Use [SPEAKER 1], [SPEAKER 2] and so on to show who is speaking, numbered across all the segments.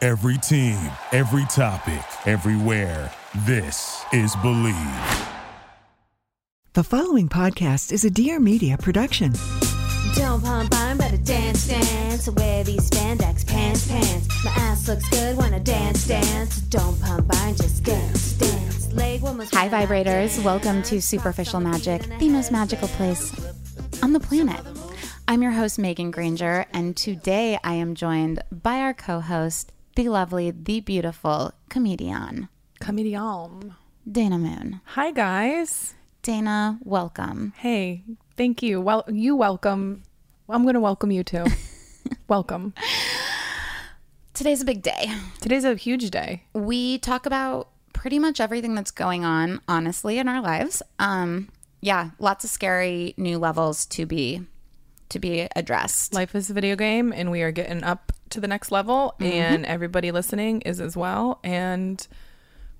[SPEAKER 1] Every team, every topic, everywhere. This is Believe.
[SPEAKER 2] The following podcast is a Dear Media production.
[SPEAKER 3] Don't pump iron, but I dance, dance. I wear these spandex pants, pants. My ass looks good when I dance, dance. Don't pump iron, just dance, dance. Leg woman's
[SPEAKER 4] Hi, vibrators. Welcome to Superficial Magic, the most magical place on the planet. I'm your host, Megan Granger, and today I am joined by our co host, the lovely, the beautiful comedian,
[SPEAKER 5] Comedian.
[SPEAKER 4] Dana Moon.
[SPEAKER 5] Hi guys.
[SPEAKER 4] Dana, welcome.
[SPEAKER 5] Hey, thank you. Well, you welcome. I'm going to welcome you too. welcome.
[SPEAKER 4] Today's a big day.
[SPEAKER 5] Today's a huge day.
[SPEAKER 4] We talk about pretty much everything that's going on, honestly, in our lives. Um, yeah, lots of scary new levels to be to be addressed.
[SPEAKER 5] Life is a video game and we are getting up to the next level
[SPEAKER 4] Mm-hmm.
[SPEAKER 5] and everybody listening is as well and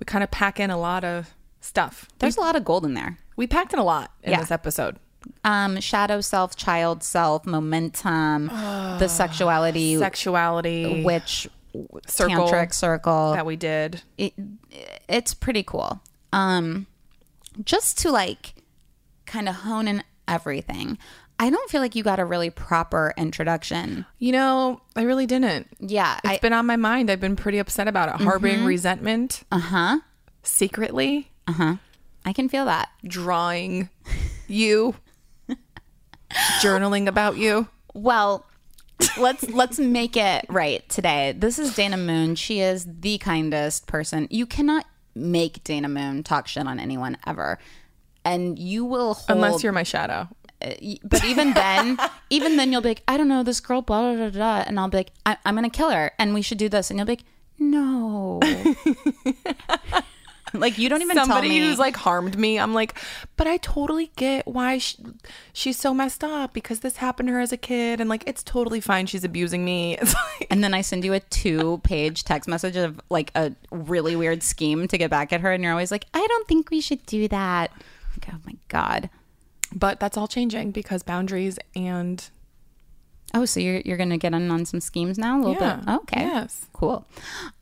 [SPEAKER 5] we kind of pack in a lot of stuff.
[SPEAKER 4] There's a lot of gold in there.
[SPEAKER 5] We packed in a lot in
[SPEAKER 4] Yeah.
[SPEAKER 5] this episode.
[SPEAKER 4] um shadow self child self momentum
[SPEAKER 5] Ah,
[SPEAKER 4] the sexuality
[SPEAKER 5] Sexuality
[SPEAKER 4] which
[SPEAKER 5] circle
[SPEAKER 4] tantric circle
[SPEAKER 5] that we did.
[SPEAKER 4] it, it's pretty cool um just to like kind of hone in everything i don't feel like you got a really proper introduction
[SPEAKER 5] You know, I really didn't.
[SPEAKER 4] yeah
[SPEAKER 5] It's
[SPEAKER 4] I, Mm-hmm.
[SPEAKER 5] been on my mind. I've been pretty upset about it, harboring resentment
[SPEAKER 4] uh-huh
[SPEAKER 5] secretly.
[SPEAKER 4] i can feel that
[SPEAKER 5] drawing you, journaling about you.
[SPEAKER 4] Well, let's let's make it right today. This is Dana Moon. She is the kindest person. You cannot make Dana Moon talk shit on anyone ever. And you will hold uh,
[SPEAKER 5] Unless you're my shadow.
[SPEAKER 4] but even then, even then you'll be like, I don't know, this girl, blah blah blah blah and I'll be like, I- I'm gonna kill her and we should do this and you'll be like, No. like you don't even
[SPEAKER 5] Somebody
[SPEAKER 4] tell me
[SPEAKER 5] who's like harmed me. I'm like, but I totally get why sh she's so messed up because this happened to her as a kid, and like it's totally fine. She's abusing me. It's like,
[SPEAKER 4] And then I send you a two page text message of like a really weird scheme to get back at her. And you're always like, I don't think we should do that. Like, oh my God.
[SPEAKER 5] but that's all changing because boundaries and
[SPEAKER 4] Oh, so you're, you're going to get in on some schemes now a little
[SPEAKER 5] Yeah.
[SPEAKER 4] bit? Okay.
[SPEAKER 5] Yes.
[SPEAKER 4] Cool.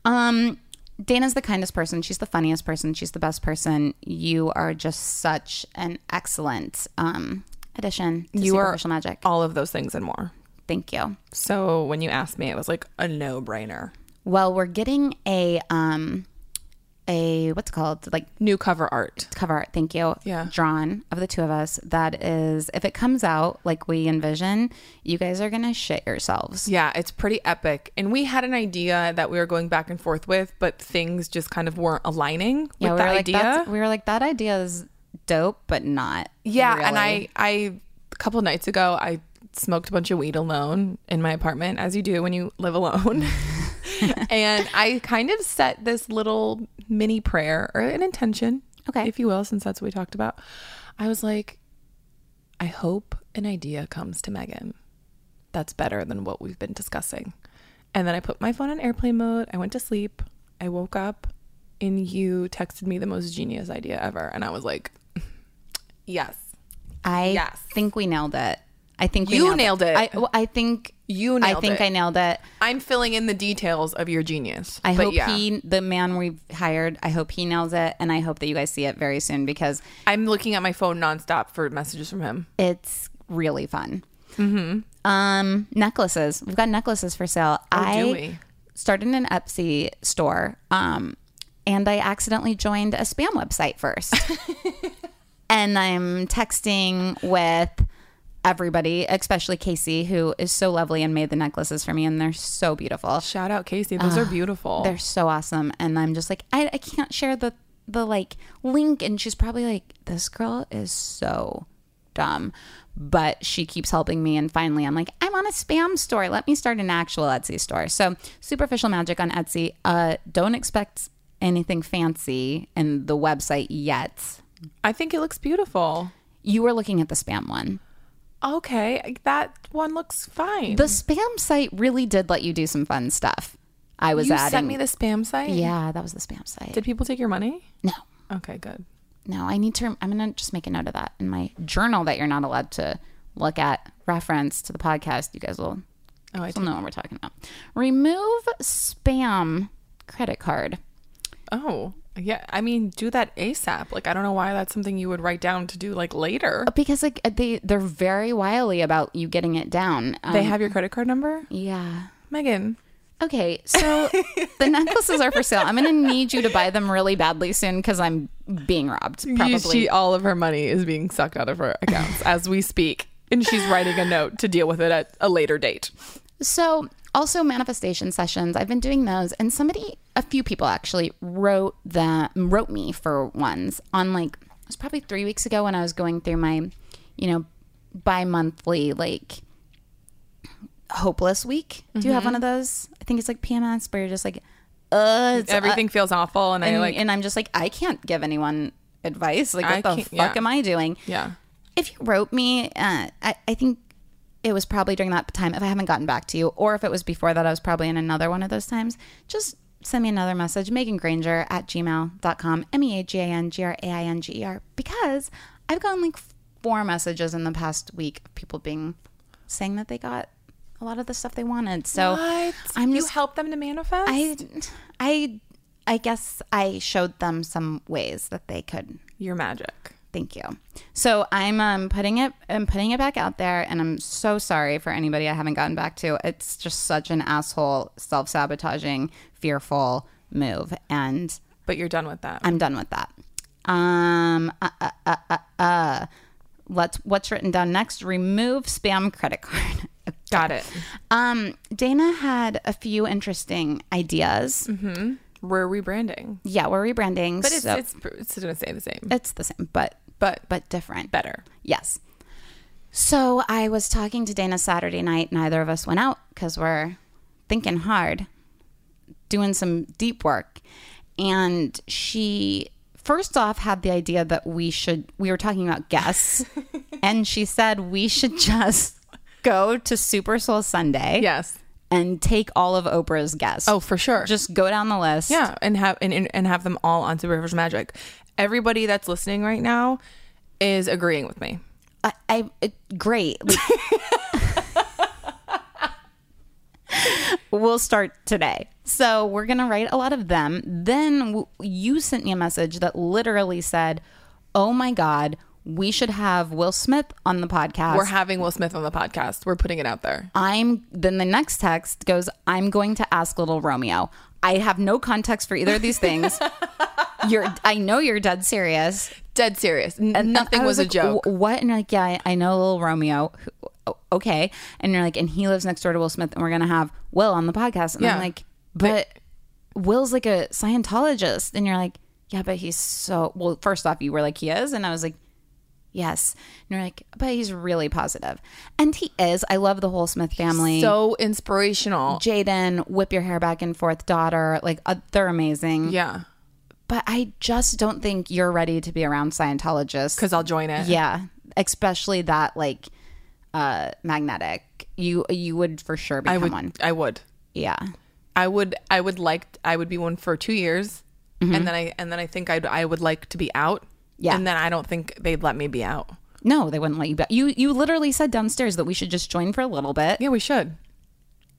[SPEAKER 4] Um, Dana's the kindest person. She's the funniest person. She's the best person. You are just such an excellent um, addition to
[SPEAKER 5] You are-
[SPEAKER 4] Superficial Magic.
[SPEAKER 5] all of those things and more.
[SPEAKER 4] Thank you.
[SPEAKER 5] So when you asked me, it was like a no brainer.
[SPEAKER 4] Well, we're getting a, um, a what's it called? Like
[SPEAKER 5] New cover art.
[SPEAKER 4] cover art, thank you,
[SPEAKER 5] Yeah.
[SPEAKER 4] drawn of the two of us. That is, if it comes out like we envision, you guys are gonna shit yourselves.
[SPEAKER 5] Yeah, it's pretty epic. And we had an idea that we were going back and forth with, but things just kind of weren't aligning with
[SPEAKER 4] we
[SPEAKER 5] the
[SPEAKER 4] were like,
[SPEAKER 5] idea.
[SPEAKER 4] that's- we were like, that idea is dope, but not.
[SPEAKER 5] yeah, and
[SPEAKER 4] really.
[SPEAKER 5] I I a couple nights ago I smoked a bunch of weed alone in my apartment as you do when you live alone. and I kind of set this little mini prayer or an intention,
[SPEAKER 4] Okay.
[SPEAKER 5] if you will, since that's what we talked about. I was like I hope an idea comes to Megan that's better than what we've been discussing. And then I put my phone on airplane mode. I went to sleep. I woke up and you texted me the most genius idea ever. And I was like, yes.
[SPEAKER 4] I
[SPEAKER 5] Yes.
[SPEAKER 4] think we nailed it. I think we
[SPEAKER 5] You
[SPEAKER 4] nailed,
[SPEAKER 5] nailed it.
[SPEAKER 4] I, well, I think
[SPEAKER 5] You
[SPEAKER 4] I
[SPEAKER 5] nailed
[SPEAKER 4] think
[SPEAKER 5] it.
[SPEAKER 4] I nailed it.
[SPEAKER 5] I'm filling in the details of your genius.
[SPEAKER 4] I
[SPEAKER 5] But
[SPEAKER 4] hope
[SPEAKER 5] yeah.
[SPEAKER 4] he, the man we've hired, I hope he nails it, and I hope that you guys see it very soon because
[SPEAKER 5] I'm looking at my phone nonstop for messages from him.
[SPEAKER 4] it's really fun. Mm-hmm. Um, necklaces. We've got necklaces for sale. I
[SPEAKER 5] we?
[SPEAKER 4] started an Etsy store, um, and I accidentally joined a spam website first. and I'm texting with everybody, especially Casey, who is so lovely and made the necklaces for me, and they're so beautiful.
[SPEAKER 5] Shout out Casey. Those are beautiful.
[SPEAKER 4] They're so awesome. And I'm just like, I, I can't share the the like link. And she's probably like, this girl is so dumb. But she keeps helping me. And finally, I'm like, I'm on a spam store. Let me start an actual Etsy store. So, Superficial Magic on Etsy. Uh, don't expect anything fancy in the website yet.
[SPEAKER 5] I think it looks beautiful.
[SPEAKER 4] You were looking at the spam one.
[SPEAKER 5] Okay. That one looks fine.
[SPEAKER 4] The spam site really did let you do some fun stuff. I was
[SPEAKER 5] you
[SPEAKER 4] adding.
[SPEAKER 5] sent me the spam site?
[SPEAKER 4] yeah, that was the spam site.
[SPEAKER 5] Did people take your money?
[SPEAKER 4] no.
[SPEAKER 5] Okay, good.
[SPEAKER 4] No, I need to. I'm going to just make a note of that in my journal that you're not allowed to look at. Reference to the podcast, you guys will
[SPEAKER 5] Oh, I
[SPEAKER 4] so know what we're talking about. Remove spam credit card.
[SPEAKER 5] Oh, yeah. I mean, do that ASAP. Like, I don't know why that's something you would write down to do like later.
[SPEAKER 4] Oh, Because like uh, they they're very wily about you getting it down. Um,
[SPEAKER 5] They have your credit card number?
[SPEAKER 4] yeah.
[SPEAKER 5] Megan.
[SPEAKER 4] Okay, so the necklaces are for sale. I'm going to need you to buy them really badly soon because I'm being robbed. Probably.
[SPEAKER 5] She, all of her money is being sucked out of her accounts as we speak. And she's writing a note to deal with it at a later date.
[SPEAKER 4] So, also manifestation sessions. I've been doing those, and somebody, a few people actually, wrote the wrote me for ones on like it was probably three weeks ago when I was going through my, you know, bi monthly like hopeless week. Do
[SPEAKER 5] Mm-hmm.
[SPEAKER 4] you have one of those? I think it's like PMS, where you're just like, uh, it's,
[SPEAKER 5] Everything feels awful. And,
[SPEAKER 4] and,
[SPEAKER 5] I like,
[SPEAKER 4] and I'm just like, I can't give anyone advice. Like,
[SPEAKER 5] I
[SPEAKER 4] what the
[SPEAKER 5] can't-
[SPEAKER 4] fuck
[SPEAKER 5] yeah.
[SPEAKER 4] am I doing?
[SPEAKER 5] yeah.
[SPEAKER 4] if you wrote me, uh, I, I think it was probably during that time. If I haven't gotten back to you, or if it was before that, I was probably in another one of those times. Just send me another message, Megan Granger at gmail.com, M E A G A N G R A I N G E R, because I've gotten like four messages in the past week of people being saying that they got a lot of the stuff they wanted. So I'm
[SPEAKER 5] you
[SPEAKER 4] just
[SPEAKER 5] help them to manifest?
[SPEAKER 4] I, I, I guess I showed them some ways that they could
[SPEAKER 5] Your magic.
[SPEAKER 4] Thank you. So I'm um, putting it I'm putting it back out there, and I'm so sorry for anybody I haven't gotten back to. It's just such an asshole, self sabotaging, fearful move, and
[SPEAKER 5] But you're done with that.
[SPEAKER 4] I'm done with that. Um, uh, uh, uh, uh, uh. Let's what's written down next. Remove spam credit card.
[SPEAKER 5] Got it.
[SPEAKER 4] Um, Dana had a few interesting ideas.
[SPEAKER 5] We're rebranding.
[SPEAKER 4] Yeah, we're rebranding,
[SPEAKER 5] Mm-hmm. But it's,
[SPEAKER 4] so
[SPEAKER 5] it's, it's going to stay the same,
[SPEAKER 4] it's the same, but
[SPEAKER 5] but
[SPEAKER 4] but different.
[SPEAKER 5] better.
[SPEAKER 4] Yes. So I was talking to Dana Saturday night. Neither of us went out because we're thinking hard, doing some deep work. And she first off had the idea that we should, we were talking about guests, and she said we should just go to Super Soul Sunday
[SPEAKER 5] Yes.
[SPEAKER 4] and take all of Oprah's guests.
[SPEAKER 5] Oh, for sure.
[SPEAKER 4] just go down the list.
[SPEAKER 5] Yeah, and have and, and and have them all on Superficial Magic. Everybody that's listening right now is agreeing with me.
[SPEAKER 4] I, I it, great. Like- we'll start today. So we're gonna write a lot of them. Then w- you sent me a message that literally said, "Oh my God, we should have Will Smith on the podcast."
[SPEAKER 5] We're having Will Smith on the podcast. We're putting it out there.
[SPEAKER 4] I'm then the next text goes, "I'm going to ask Little Romeo." I have no context for either of these things. you're, I know you're dead serious.
[SPEAKER 5] Dead serious. N-
[SPEAKER 4] And- and
[SPEAKER 5] Nothing
[SPEAKER 4] I
[SPEAKER 5] was, a
[SPEAKER 4] like,
[SPEAKER 5] joke.
[SPEAKER 4] "Wh- What? And you're like, yeah, I, I know little Romeo. Who- o- Okay. And you're like, and he lives next door to Will Smith, and we're gonna have Will on the podcast. And
[SPEAKER 5] Yeah.
[SPEAKER 4] I'm like, but Will's like a Scientologist, and you're like, yeah, but he's so well. First off, you were like, he is, and I was like. Yes. And you're like, but he's really positive. And he is. I love the whole Smith family.
[SPEAKER 5] so inspirational.
[SPEAKER 4] Jaden, whip your hair back and forth, daughter. Like, uh, they're amazing.
[SPEAKER 5] yeah,
[SPEAKER 4] But I just don't think you're ready to be around Scientologists.
[SPEAKER 5] because I'll join it.
[SPEAKER 4] Yeah, especially that like uh magnetic. You you would for sure
[SPEAKER 5] I
[SPEAKER 4] become
[SPEAKER 5] would.
[SPEAKER 4] one.
[SPEAKER 5] I would.
[SPEAKER 4] Yeah.
[SPEAKER 5] I would. I would like. I would be one for two years, and then I and then I think I'd, I would like to be out.
[SPEAKER 4] Mm-hmm. Yeah.
[SPEAKER 5] and then I don't think they'd let me be out.
[SPEAKER 4] No, they wouldn't let you. Be- you you literally said downstairs that we should just join for a little bit
[SPEAKER 5] Yeah, we should.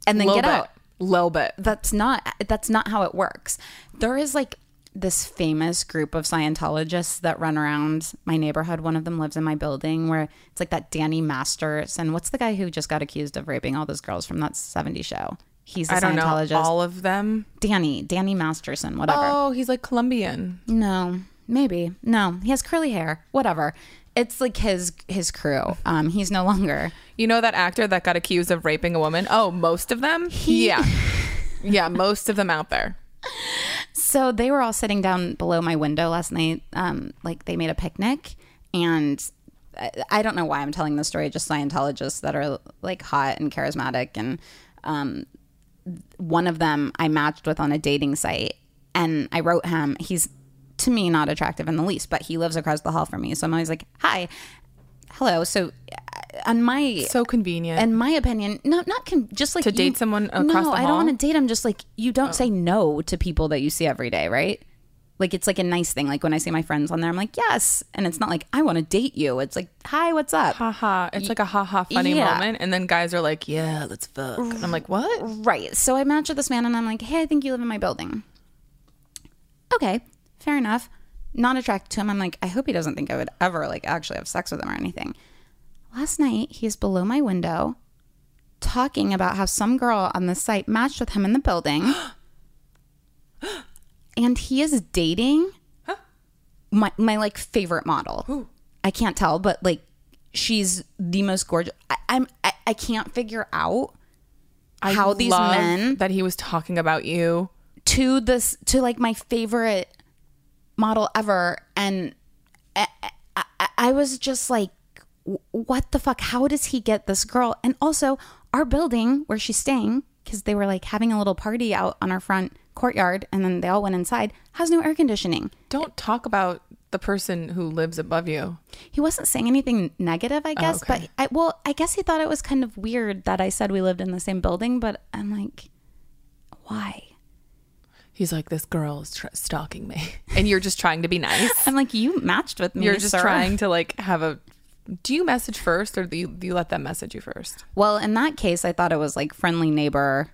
[SPEAKER 4] and then
[SPEAKER 5] Little
[SPEAKER 4] get
[SPEAKER 5] bit.
[SPEAKER 4] out.
[SPEAKER 5] Little bit.
[SPEAKER 4] That's not that's not how it works. There is like this famous group of Scientologists that run around my neighborhood. One of them lives in my building where it's like that Danny Masters and what's the guy who just got accused of raping all those girls from that 70s show? He's a
[SPEAKER 5] I don't know
[SPEAKER 4] Scientologist.
[SPEAKER 5] all of them.
[SPEAKER 4] Danny, Danny Masterson, whatever.
[SPEAKER 5] Oh, he's like Colombian.
[SPEAKER 4] No, maybe no. He has curly hair. Whatever. It's like his his crew. Um, he's no longer.
[SPEAKER 5] You know that actor that got accused of raping a woman? Oh, most of them? yeah. Yeah, most of them out there.
[SPEAKER 4] So they were all sitting down below my window last night. Um, like they made a picnic, and I, I don't know why I'm telling this story. Just Scientologists that are like hot and charismatic, and um, one of them I matched with on a dating site, and I wrote him. He's to me not attractive in the least, but he lives across the hall from me, so I'm always like, "Hi, hello." So uh, on my
[SPEAKER 5] So convenient.
[SPEAKER 4] in my opinion, no, not con- just like
[SPEAKER 5] To date someone across
[SPEAKER 4] No,
[SPEAKER 5] the
[SPEAKER 4] I
[SPEAKER 5] hall? Oh.
[SPEAKER 4] don't want to date. I'm just like you don't say no to people that you see every day, right? Like it's like a nice thing. Like when I see my friends on there, I'm like, yes. And it's not like I want to date you. It's like, hi, what's up?
[SPEAKER 5] haha. It's like a haha funny
[SPEAKER 4] Yeah.
[SPEAKER 5] moment. And then guys are like, yeah, let's fuck. And I'm like, what?
[SPEAKER 4] Right. So I match with this man and I'm like, hey, I think you live in my building. Okay, fair enough. Not attracted to him. I'm like, I hope he doesn't think I would ever like actually have sex with him or anything. Last night, he's below my window talking about how some girl on the site matched with him in the building. and he is dating my my like favorite model. I can't tell, but like she's the most gorgeous. I, I'm I, I can't figure out
[SPEAKER 5] I
[SPEAKER 4] how these
[SPEAKER 5] love
[SPEAKER 4] men
[SPEAKER 5] that he was talking about you.
[SPEAKER 4] to this to like my favorite model ever and I, I, I- I was just like w- what the fuck how does he get this girl and also our building where she's staying because they were like having a little party out on our front courtyard and then they all went inside has no air conditioning
[SPEAKER 5] Don't talk about the person who lives above you.
[SPEAKER 4] he wasn't saying anything negative i guess
[SPEAKER 5] Oh, okay.
[SPEAKER 4] but i well i guess he thought it was kind of weird that i said we lived in the same building but i'm like why
[SPEAKER 5] He's like, this girl is tr- stalking me. And you're just trying to be nice.
[SPEAKER 4] i'm like you matched with me
[SPEAKER 5] you're just
[SPEAKER 4] sir.
[SPEAKER 5] trying to like have a. Do you message first or do you, do you let them message you first?
[SPEAKER 4] Well, in that case, I thought it was like friendly neighbor,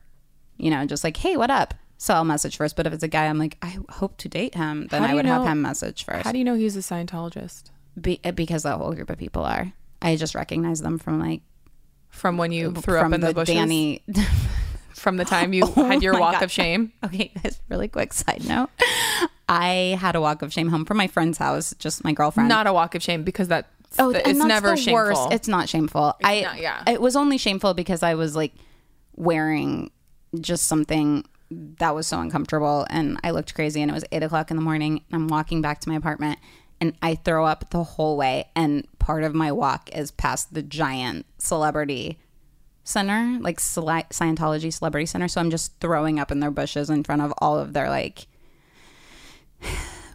[SPEAKER 4] you know, just like, hey, what up? So I'll message first. But if it's a guy, I'm like, I hope to date him, then
[SPEAKER 5] How do
[SPEAKER 4] I
[SPEAKER 5] you
[SPEAKER 4] would have
[SPEAKER 5] know-
[SPEAKER 4] him message first.
[SPEAKER 5] How do you know he's a Scientologist?
[SPEAKER 4] Be- because that whole group of people are. I just recognize them from like
[SPEAKER 5] From when you threw
[SPEAKER 4] from
[SPEAKER 5] up in the,
[SPEAKER 4] the
[SPEAKER 5] bushes?
[SPEAKER 4] Danny. Oh
[SPEAKER 5] From the time you had your
[SPEAKER 4] my
[SPEAKER 5] walk
[SPEAKER 4] God.
[SPEAKER 5] of shame?
[SPEAKER 4] okay, guys, really quick side note. I had a walk of shame home from my friend's house, just my girlfriend.
[SPEAKER 5] Not a walk of shame because that
[SPEAKER 4] Oh,
[SPEAKER 5] it's
[SPEAKER 4] and that's
[SPEAKER 5] never
[SPEAKER 4] the
[SPEAKER 5] shameful.
[SPEAKER 4] worst. It's not shameful. I
[SPEAKER 5] not, yeah.
[SPEAKER 4] It was only shameful because I was like wearing just something that was so uncomfortable, and I looked crazy. And it was eight o'clock in the morning. And I'm walking back to my apartment, and I throw up the whole way. And part of my walk is past the giant celebrity center, like Sci- Scientology Celebrity Center. So I'm just throwing up in their bushes in front of all of their like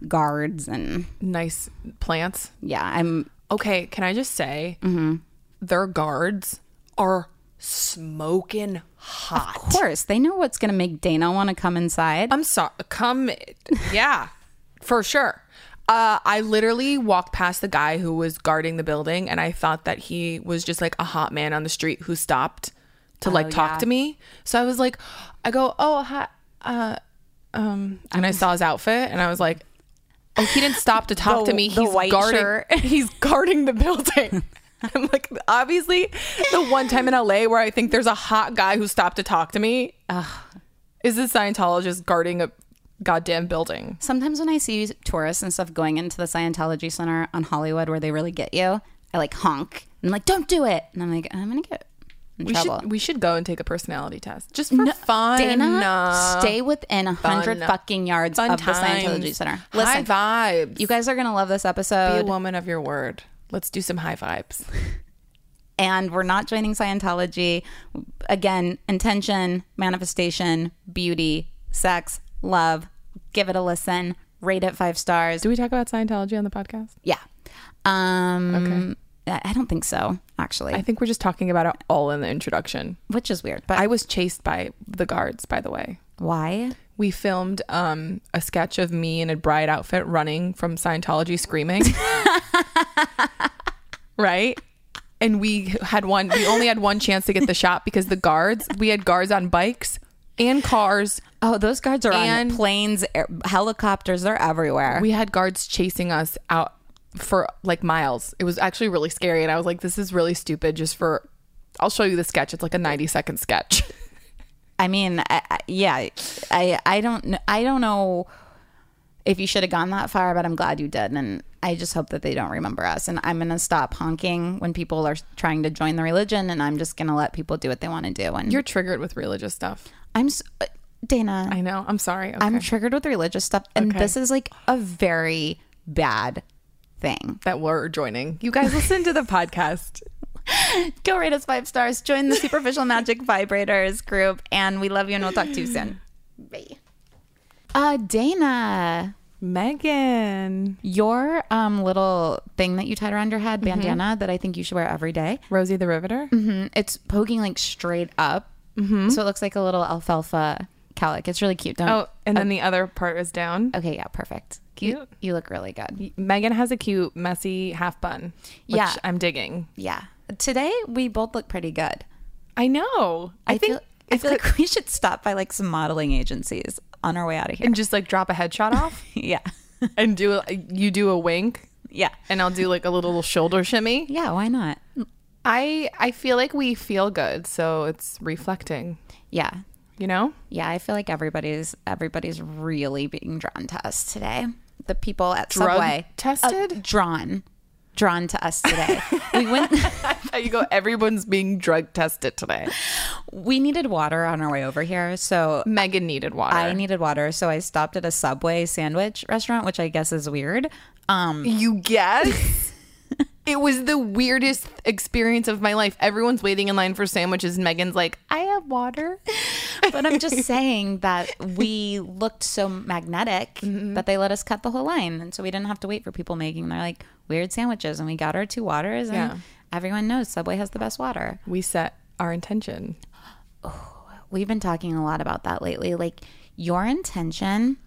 [SPEAKER 4] guards and
[SPEAKER 5] nice plants.
[SPEAKER 4] yeah i'm
[SPEAKER 5] Okay, can I just say
[SPEAKER 4] Mm-hmm.
[SPEAKER 5] their guards are smoking hot.
[SPEAKER 4] Of course, they know what's going to make Dana want to come inside.
[SPEAKER 5] I'm sorry. Come, yeah, for sure. Uh, I literally walked past the guy who was guarding the building, and I thought that he was just like a hot man on the street who stopped to like talk to me. So I was like, I go, oh hi, uh, um, and I saw his outfit, and I was like, oh, he didn't stop to talk
[SPEAKER 4] The-
[SPEAKER 5] to me.
[SPEAKER 4] the
[SPEAKER 5] He's
[SPEAKER 4] white
[SPEAKER 5] guarding.
[SPEAKER 4] shirt.
[SPEAKER 5] He's guarding the building. I'm like, obviously, the one time in LA where I think there's a hot guy who stopped to talk to me is this Scientologist guarding a goddamn building?
[SPEAKER 4] Sometimes when I see tourists and stuff going into the Scientology Center on Hollywood where they really get you, I like honk. I'm like, don't do it. And I'm like, I'm going to get in
[SPEAKER 5] We
[SPEAKER 4] trouble.
[SPEAKER 5] should we should go and take a personality test just for fun.
[SPEAKER 4] Dana,
[SPEAKER 5] uh,
[SPEAKER 4] stay within a 100
[SPEAKER 5] fun- uh,
[SPEAKER 4] fucking yards
[SPEAKER 5] fun
[SPEAKER 4] of the Scientology
[SPEAKER 5] times.
[SPEAKER 4] Center.
[SPEAKER 5] High
[SPEAKER 4] Listen,
[SPEAKER 5] vibes.
[SPEAKER 4] you guys are going to love this
[SPEAKER 5] be a
[SPEAKER 4] episode.
[SPEAKER 5] woman of your word. Let's do some high vibes.
[SPEAKER 4] and we're not joining Scientology. Again, intention, manifestation, beauty, sex, love. Give it a listen. Rate it five stars.
[SPEAKER 5] Do we talk about Scientology on the podcast?
[SPEAKER 4] Yeah. Um, I I don't think so, actually,
[SPEAKER 5] I think we're just talking about it all in the introduction.
[SPEAKER 4] which is weird. But
[SPEAKER 5] I was chased by the guards, by the way.
[SPEAKER 4] why?
[SPEAKER 5] We filmed um, a sketch of me in a bride outfit running from Scientology screaming. right? And we had one, we only had one chance to get the shot because the guards, we had guards on bikes and cars.
[SPEAKER 4] Oh, those guards are
[SPEAKER 5] And-
[SPEAKER 4] on planes, air, helicopters. They're everywhere.
[SPEAKER 5] We had guards chasing us out for like miles. It was actually really scary. And I was like, this is really stupid just for, I'll show you the sketch. It's like a 90 second sketch.
[SPEAKER 4] I mean, I, I, yeah, I I don't kn- I don't know if you should have gone that far, but I'm glad you did, and I just hope that they don't remember us. And I'm gonna stop honking when people are trying to join the religion, and I'm just gonna let people do what they want to do. And
[SPEAKER 5] You're triggered with religious stuff.
[SPEAKER 4] I'm s- uh, Dana.
[SPEAKER 5] I know. I'm sorry. Okay.
[SPEAKER 4] I'm triggered with religious stuff, and
[SPEAKER 5] Okay.
[SPEAKER 4] this is like a very bad thing.
[SPEAKER 5] that we're joining. You guys listen to the podcast.
[SPEAKER 4] Go rate us five stars. Join the Superficial Magic Vibrators group, and we love you, and we'll talk to you soon. Bye. Uh, Dana,
[SPEAKER 5] Megan.
[SPEAKER 4] your um little thing that you tied around your head, bandana, that I think you should wear every day.
[SPEAKER 5] Rosie the Riveter.
[SPEAKER 4] Mm-hmm. It's poking like straight up, so it looks like a little alfalfa cowlick. It's really cute. Don't.
[SPEAKER 5] Oh, and then the other part is down.
[SPEAKER 4] Okay. Yeah. Perfect. Cute. You,
[SPEAKER 5] Cute.
[SPEAKER 4] you look really good.
[SPEAKER 5] Megan has a cute, messy half bun. Which
[SPEAKER 4] Yeah.
[SPEAKER 5] I'm digging.
[SPEAKER 4] Yeah. Today we both look pretty good.
[SPEAKER 5] I know. I,
[SPEAKER 4] I,
[SPEAKER 5] think
[SPEAKER 4] feel, I feel like we should stop by like some modeling agencies on our way out of here.
[SPEAKER 5] and just like drop a headshot off
[SPEAKER 4] yeah.
[SPEAKER 5] and do a, you do a wink
[SPEAKER 4] yeah.
[SPEAKER 5] and I'll do like a little shoulder shimmy.
[SPEAKER 4] Yeah. Why not?
[SPEAKER 5] I I feel like we feel good, so it's reflecting.
[SPEAKER 4] Yeah.
[SPEAKER 5] You know,
[SPEAKER 4] Yeah. I feel like everybody's everybody's really being drawn to us today. The people at
[SPEAKER 5] Drug
[SPEAKER 4] Subway
[SPEAKER 5] tested?
[SPEAKER 4] Uh, drawn, drawn to us today. we went.
[SPEAKER 5] you go. Everyone's being drug tested today.
[SPEAKER 4] We needed water on our way over here, so
[SPEAKER 5] Megan needed water.
[SPEAKER 4] I needed water, so I stopped at a Subway sandwich restaurant, which I guess is weird. Um,
[SPEAKER 5] You guess? it was the weirdest experience of my life. Everyone's waiting in line for sandwiches. And Megan's like, I have water.
[SPEAKER 4] but I'm just saying that we looked so magnetic that they let us cut the whole line, and so we didn't have to wait for people making their like weird sandwiches, and we got our two waters. And
[SPEAKER 5] Yeah.
[SPEAKER 4] everyone knows Subway has the best water.
[SPEAKER 5] We set our intention.
[SPEAKER 4] We've been talking a lot about that lately. Like your intention,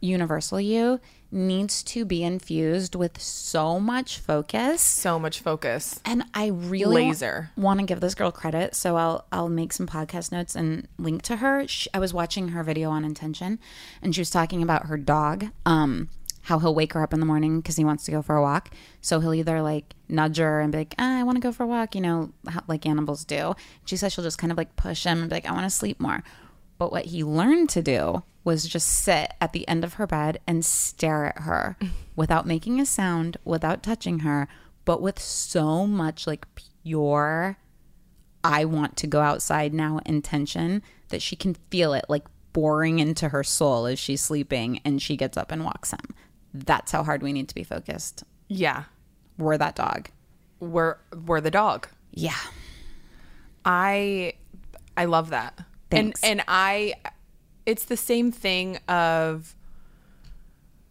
[SPEAKER 4] universal you needs to be infused with so much focus
[SPEAKER 5] So much focus.
[SPEAKER 4] And I really
[SPEAKER 5] Laser.
[SPEAKER 4] want to give this girl credit, so I'll I'll make some podcast notes and link to her. She, I was watching her video on intention, and she was talking about her dog. Um, how he'll wake her up in the morning because he wants to go for a walk. So he'll either like nudge her and be like, ah, "I want to go for a walk," you know, how, like animals do. She says she'll just kind of like push him and be like, "I want to sleep more." But what he learned to do was just sit at the end of her bed and stare at her without making a sound, without touching her, but with so much like pure, I want to go outside now intention that she can feel it like boring into her soul as she's sleeping and she gets up and walks him. That's how hard we need to be focused.
[SPEAKER 5] Yeah.
[SPEAKER 4] We're that dog.
[SPEAKER 5] We're, we're the dog.
[SPEAKER 4] Yeah.
[SPEAKER 5] I I love that.
[SPEAKER 4] Thanks.
[SPEAKER 5] And and I it's the same thing of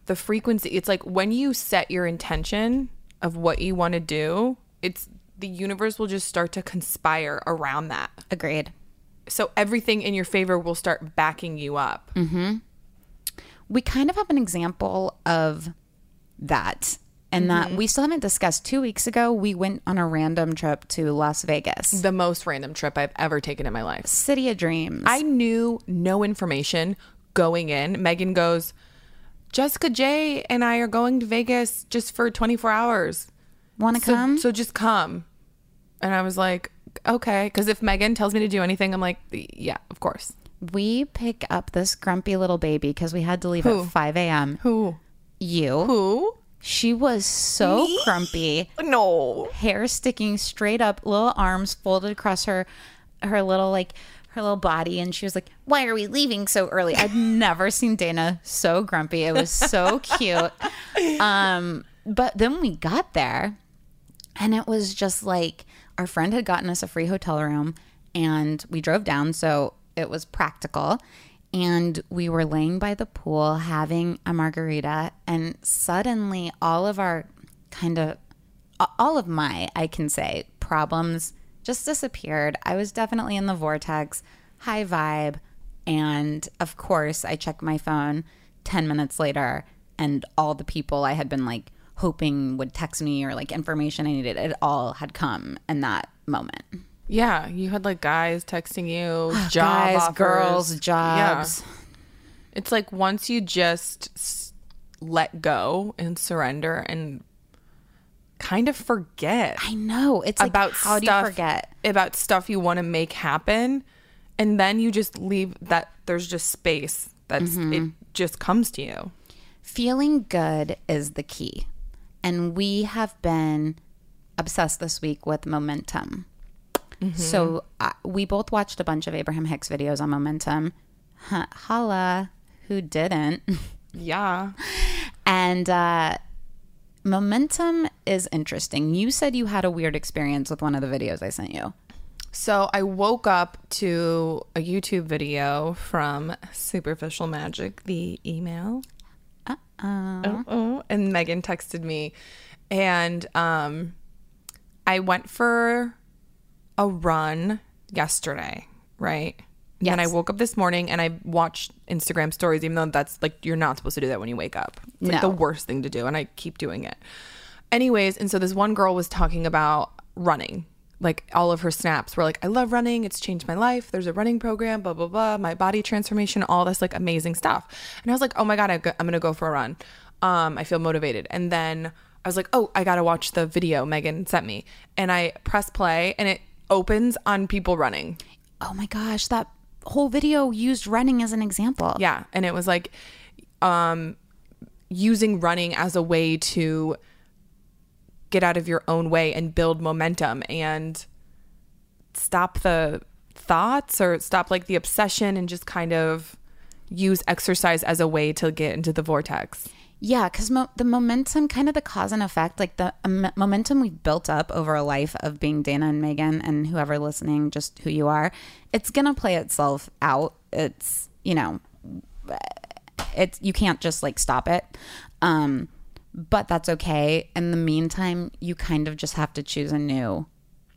[SPEAKER 5] the frequency. It's like when you set your intention of what you want to do, it's the universe will just start to conspire around that.
[SPEAKER 4] Agreed.
[SPEAKER 5] So everything in your favor will start backing you up.
[SPEAKER 4] we kind of have an example of that and
[SPEAKER 5] Mm-hmm.
[SPEAKER 4] that we still haven't discussed two weeks ago we went on a random trip to las vegas
[SPEAKER 5] The most random trip I've ever taken in my life.
[SPEAKER 4] city of dreams
[SPEAKER 5] I knew no information going in. Megan goes, Jessica J and I are going to Vegas just for 24 hours.
[SPEAKER 4] want to
[SPEAKER 5] So,
[SPEAKER 4] come
[SPEAKER 5] so just come. And I was like, okay. Because if Megan tells me to do anything, I'm like, yeah, of course.
[SPEAKER 4] we pick up this grumpy little baby because we had to leave at 5 a.m
[SPEAKER 5] Who?
[SPEAKER 4] you
[SPEAKER 5] Who?
[SPEAKER 4] she was so grumpy
[SPEAKER 5] No.
[SPEAKER 4] hair sticking straight up, little arms folded across her her little like her little body and she was like, "Why are we leaving so early?" I'd never seen Dana so grumpy. It was so cute. Um but then we got there and it was just like our friend had gotten us a free hotel room and we drove down so it was practical and we were laying by the pool having a margarita and suddenly all of our kind of all of my i can say problems just disappeared i was definitely in the vortex high vibe and of course i checked my phone 10 minutes later and all the people i had been like hoping would text me or like information I needed, it all had come in that moment.
[SPEAKER 5] Yeah, you had like guys texting you, job
[SPEAKER 4] Guys,
[SPEAKER 5] offers.
[SPEAKER 4] girls, jobs.
[SPEAKER 5] Yeah. It's like once you just s- let go and surrender and kind of forget
[SPEAKER 4] I know. It's like,
[SPEAKER 5] about
[SPEAKER 4] how
[SPEAKER 5] stuff
[SPEAKER 4] do you forget?
[SPEAKER 5] about stuff you want to make happen, and then you just leave that. There's just space that's
[SPEAKER 4] Mm-hmm.
[SPEAKER 5] it just comes to you.
[SPEAKER 4] Feeling good is the key. And we have been obsessed this week with momentum.
[SPEAKER 5] Mm-hmm.
[SPEAKER 4] So I we both watched a bunch of Abraham Hicks videos on momentum. Huh, holla, who didn't?
[SPEAKER 5] Yeah.
[SPEAKER 4] And uh, momentum is interesting. You said you had a weird experience with one of the videos I sent you.
[SPEAKER 5] So I woke up to a YouTube video from Superficial Magic, the email. Uh oh. And Megan texted me, and um, I went for a run yesterday, right? And then I
[SPEAKER 4] Yes.
[SPEAKER 5] woke up this morning and I watched Instagram stories, even though that's like you're not supposed to do that when you wake up. It's like
[SPEAKER 4] No.
[SPEAKER 5] the worst thing to do, and I keep doing it. Anyways, and so this one girl was talking about running. Like all of her snaps were like, I love running. It's changed my life. There's a running program, blah, blah, blah, my body transformation, all this like amazing stuff. And I was like, oh my God, I go- I'm going to go for a run. Um, I feel motivated. And then I was like, oh, I got to watch the video Megan sent me. And I press play and it opens on people running.
[SPEAKER 4] Oh my gosh, that whole video used running as an example.
[SPEAKER 5] Yeah, and it was like um using running as a way to get out of your own way and build momentum and stop the thoughts or stop like the obsession and just kind of use exercise as a way to get into the vortex.
[SPEAKER 4] Yeah, because mo- the momentum, kind of the cause and effect, like the um, momentum we've built up over a life of being Dana and Megan and whoever listening, just who you are, it's gonna play itself out. It's you know, it's you can't just like stop it. Um, but that's okay. In the meantime, you kind of just have to choose a new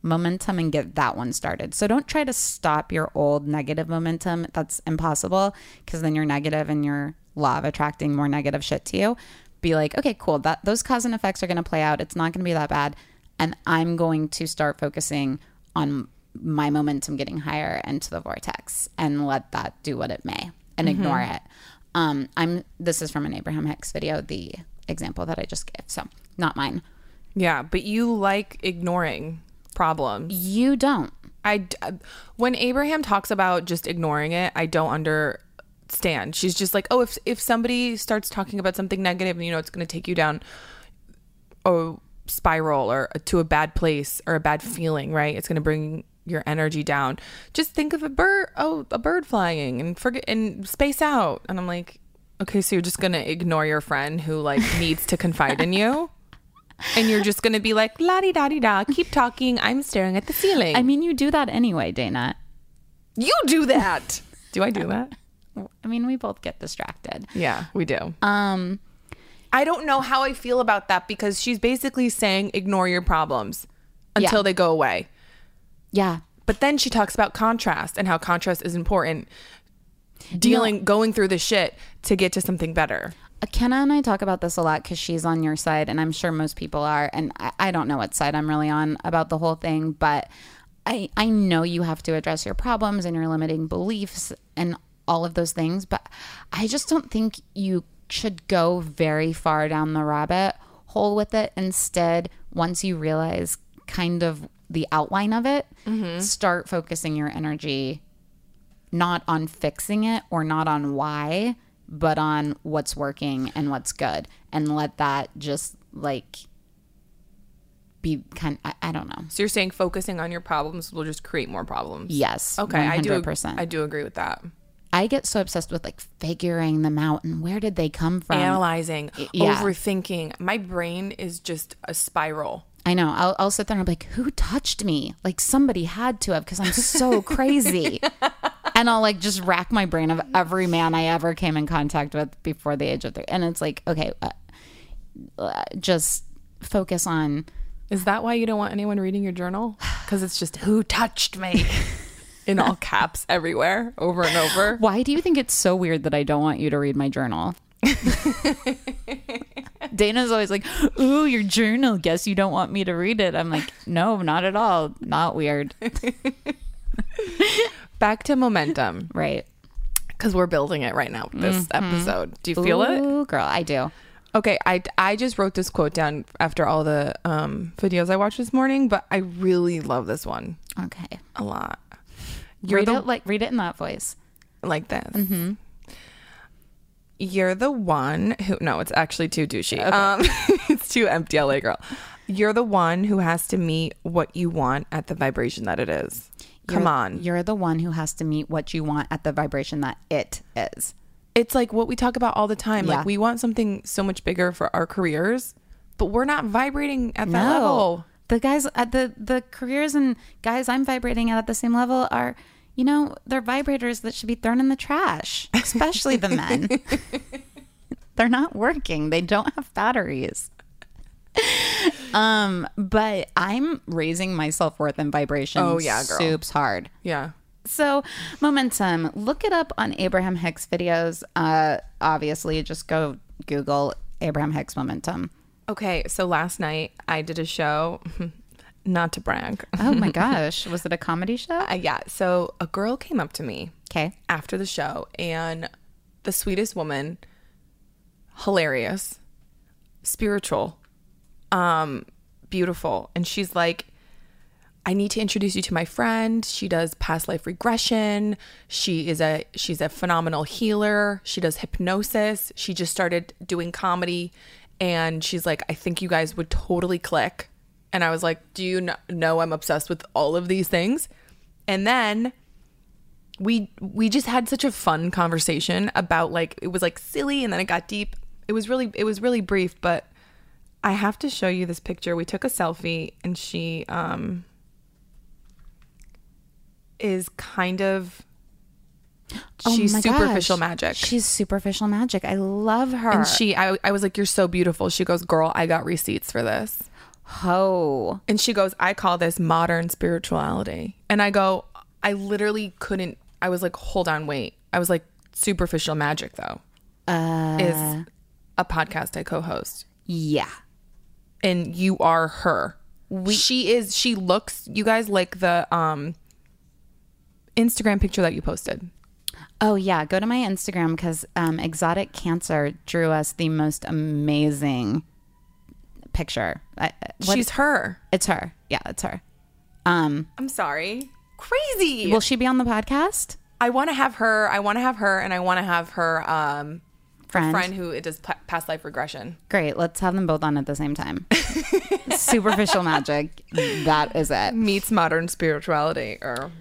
[SPEAKER 4] momentum and get that one started. So don't try to stop your old negative momentum. That's impossible because then you're negative and your law of attracting more negative shit to you. Be like, okay, cool. That those cause and effects are going to play out. It's not going to be that bad, and I'm going to start focusing on my momentum getting higher into the vortex and let that do what it may and ignore it. Um, I'm this is from an Abraham Hicks video, the example that I just gave. So not mine.
[SPEAKER 5] Yeah, but you like ignoring problems.
[SPEAKER 4] You don't.
[SPEAKER 5] I d- uh, when Abraham talks about just ignoring it, I don't understand. She's just like, oh, if if somebody starts talking about something negative and you know it's going to take you down a spiral or to a bad place or a bad feeling, right? It's going to bring your energy down. Just think of a bird, oh, a bird flying and forget and space out. And I'm like, okay, so you're just going to ignore your friend who like needs to confide in you. And you're just gonna be like la di da di da. Keep talking. I'm staring at the ceiling.
[SPEAKER 4] I mean, you do that anyway, Dana.
[SPEAKER 5] You do that. do I do that?
[SPEAKER 4] I mean, we both get distracted.
[SPEAKER 5] Yeah, we do.
[SPEAKER 4] Um,
[SPEAKER 5] I don't know how I feel about that because she's basically saying ignore your problems until
[SPEAKER 4] Yeah.
[SPEAKER 5] they go away.
[SPEAKER 4] yeah.
[SPEAKER 5] But then she talks about contrast and how contrast is important. Dealing, going through the shit to get to something better.
[SPEAKER 4] Kenna and I talk about this a lot because she's on your side, and I'm sure most people are. And I, I don't know what side I'm really on about the whole thing, but I I know you have to address your problems and your limiting beliefs and all of those things, but I just don't think you should go very far down the rabbit hole with it. Instead, once you realize kind of the outline of it, start focusing your energy not on fixing it or not on why, but on what's working and what's good, and let that just like be kind. I, I don't know.
[SPEAKER 5] So you're saying focusing on your problems will just create more problems.
[SPEAKER 4] Yes.
[SPEAKER 5] Okay, I do. ag-
[SPEAKER 4] percent.
[SPEAKER 5] I do agree with that.
[SPEAKER 4] I get so obsessed with like figuring them out and where did they come from.
[SPEAKER 5] Analyzing,
[SPEAKER 4] yeah.
[SPEAKER 5] overthinking. My brain is just a spiral.
[SPEAKER 4] I know. I'll, I'll sit there and I'll be like, who touched me? Like somebody had to have because I'm so crazy. and I'll like just rack my brain of every man I ever came in contact with before the age of three. And it's like, okay, uh, uh, just focus on
[SPEAKER 5] Is that why you don't want anyone reading your journal? Because it's just who touched me in all caps everywhere, over and over.
[SPEAKER 4] Why do you think it's so weird that I don't want you to read my journal? Dana's always like, Ooh, your journal. Guess you don't want me to read it. I'm like, No, not at all. Not weird.
[SPEAKER 5] Back to momentum,
[SPEAKER 4] Right.
[SPEAKER 5] because we're building it right now. with This episode, do you feel it?
[SPEAKER 4] Mm-hmm. Ooh, girl, I do.
[SPEAKER 5] Okay, I I just wrote this quote down after all the um, videos I watched this morning, but I really love this one
[SPEAKER 4] Okay.
[SPEAKER 5] a lot. You're
[SPEAKER 4] Read
[SPEAKER 5] the
[SPEAKER 4] it like read it in that voice.
[SPEAKER 5] like this. You're the one who no, it's actually too douchey. Um, it's too empty LA girl. You're the one who has to meet what you want at the vibration that it is. Come
[SPEAKER 4] You're-
[SPEAKER 5] on.
[SPEAKER 4] You're the one who has to meet what you want at the vibration that it is.
[SPEAKER 5] it's like what we talk about all the time.
[SPEAKER 4] Yeah.
[SPEAKER 5] Like we want something so much bigger for our careers, but we're not vibrating at that level.
[SPEAKER 4] The guys at the the careers and guys I'm vibrating at at the same level are, you know, they're vibrators that should be thrown in the trash, especially the men. they're not working. They don't have batteries. um, but I'm raising my self worth and vibration.
[SPEAKER 5] Oh, yeah, girl.
[SPEAKER 4] soups hard.
[SPEAKER 5] Yeah.
[SPEAKER 4] So, momentum. Look it up on Abraham Hicks videos. Uh, obviously, just go Google Abraham Hicks momentum.
[SPEAKER 5] Okay, so last night I did a show, not to brag.
[SPEAKER 4] Oh my gosh, was it a comedy show?
[SPEAKER 5] Uh, yeah, so a girl came up to me
[SPEAKER 4] Okay.
[SPEAKER 5] after the show and the sweetest woman, hilarious, spiritual, um, beautiful. And she's like, I need to introduce you to my friend. She does past life regression. She is a she's a phenomenal healer. She does hypnosis. She just started doing comedy and she's like, I think you guys would totally click. And I was like, do you kn- know I'm obsessed with all of these things? And then we we just had such a fun conversation about like it was like silly and then it got deep. It was really it was really brief, but I have to show you this picture. We took a selfie and she um is kind of
[SPEAKER 4] Oh
[SPEAKER 5] she's
[SPEAKER 4] my
[SPEAKER 5] superficial
[SPEAKER 4] gosh.
[SPEAKER 5] magic.
[SPEAKER 4] She's superficial magic. I love her.
[SPEAKER 5] and she I, I was like you're so beautiful. She goes, "Girl, I got receipts for this."
[SPEAKER 4] ho.
[SPEAKER 5] And she goes, I call this modern spirituality. And I go, I literally couldn't. I was like, hold on, wait. I was like, superficial magic, though, uh, is a podcast I co host.
[SPEAKER 4] Yeah.
[SPEAKER 5] And you are her. she is, she looks, you guys, like the um Instagram picture that you posted.
[SPEAKER 4] Oh yeah, go to my Instagram because um, exotic cancer drew us the most amazing picture. I, uh, what-
[SPEAKER 5] She's her.
[SPEAKER 4] it's her. Yeah, it's her. Um,
[SPEAKER 5] I'm sorry. Crazy.
[SPEAKER 4] will she be on the podcast?
[SPEAKER 5] I want to have her. I want to have her. And I want to have her um,
[SPEAKER 4] Friend.
[SPEAKER 5] friend who it does pla- past life regression.
[SPEAKER 4] Great. Let's have them both on at the same time. superficial magic. That is it.
[SPEAKER 5] meets modern spirituality er. or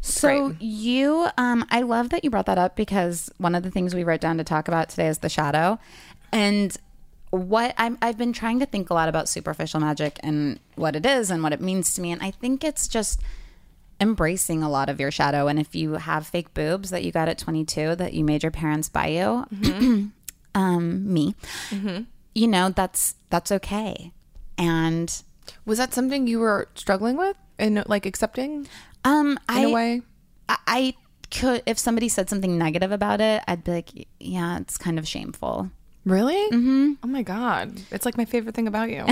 [SPEAKER 4] So you, um, I love that you brought that up because one of the things we wrote down to talk about today is the shadow, and what I'm, I've been trying to think a lot about superficial magic and what it is and what it means to me, and I think it's just embracing a lot of your shadow. And if you have fake boobs that you got at 22 that you made your parents buy you,
[SPEAKER 5] Mm-hmm.
[SPEAKER 4] um, me, you know that's that's okay, and
[SPEAKER 5] was that something you were struggling with and like accepting in
[SPEAKER 4] um,
[SPEAKER 5] a
[SPEAKER 4] I
[SPEAKER 5] way
[SPEAKER 4] I- I could if somebody said something negative about it, I'd be like, yeah, it's kind of shameful.
[SPEAKER 5] really mm-hmm. oh my god it's like my favorite thing about you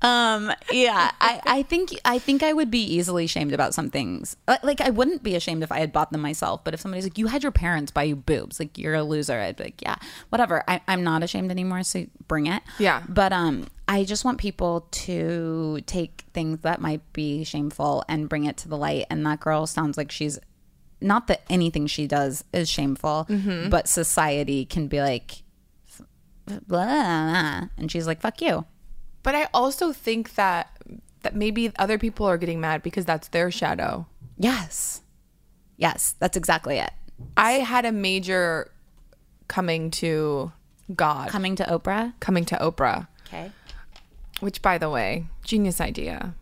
[SPEAKER 4] Um, yeah, I, I think I think I would be easily shamed about some things. Like, like, I wouldn't be ashamed if I had bought them myself, but if somebody's like, you had your parents buy you boobs, like you're a loser, I'd be like, yeah, whatever. I, I'm not ashamed anymore, so bring it.
[SPEAKER 5] Yeah.
[SPEAKER 4] But um, I just want people to take things that might be shameful and bring it to the light. And that girl sounds like she's not that anything she does is shameful, but society can be like, blah, blah, blah. and she's like, fuck you.
[SPEAKER 5] but i also think that that maybe other people are getting mad because that's their shadow
[SPEAKER 4] Yes. Yes, that's exactly it.
[SPEAKER 5] i had a major coming to god
[SPEAKER 4] Coming to Oprah.
[SPEAKER 5] coming to oprah
[SPEAKER 4] Okay.
[SPEAKER 5] which by the way genius idea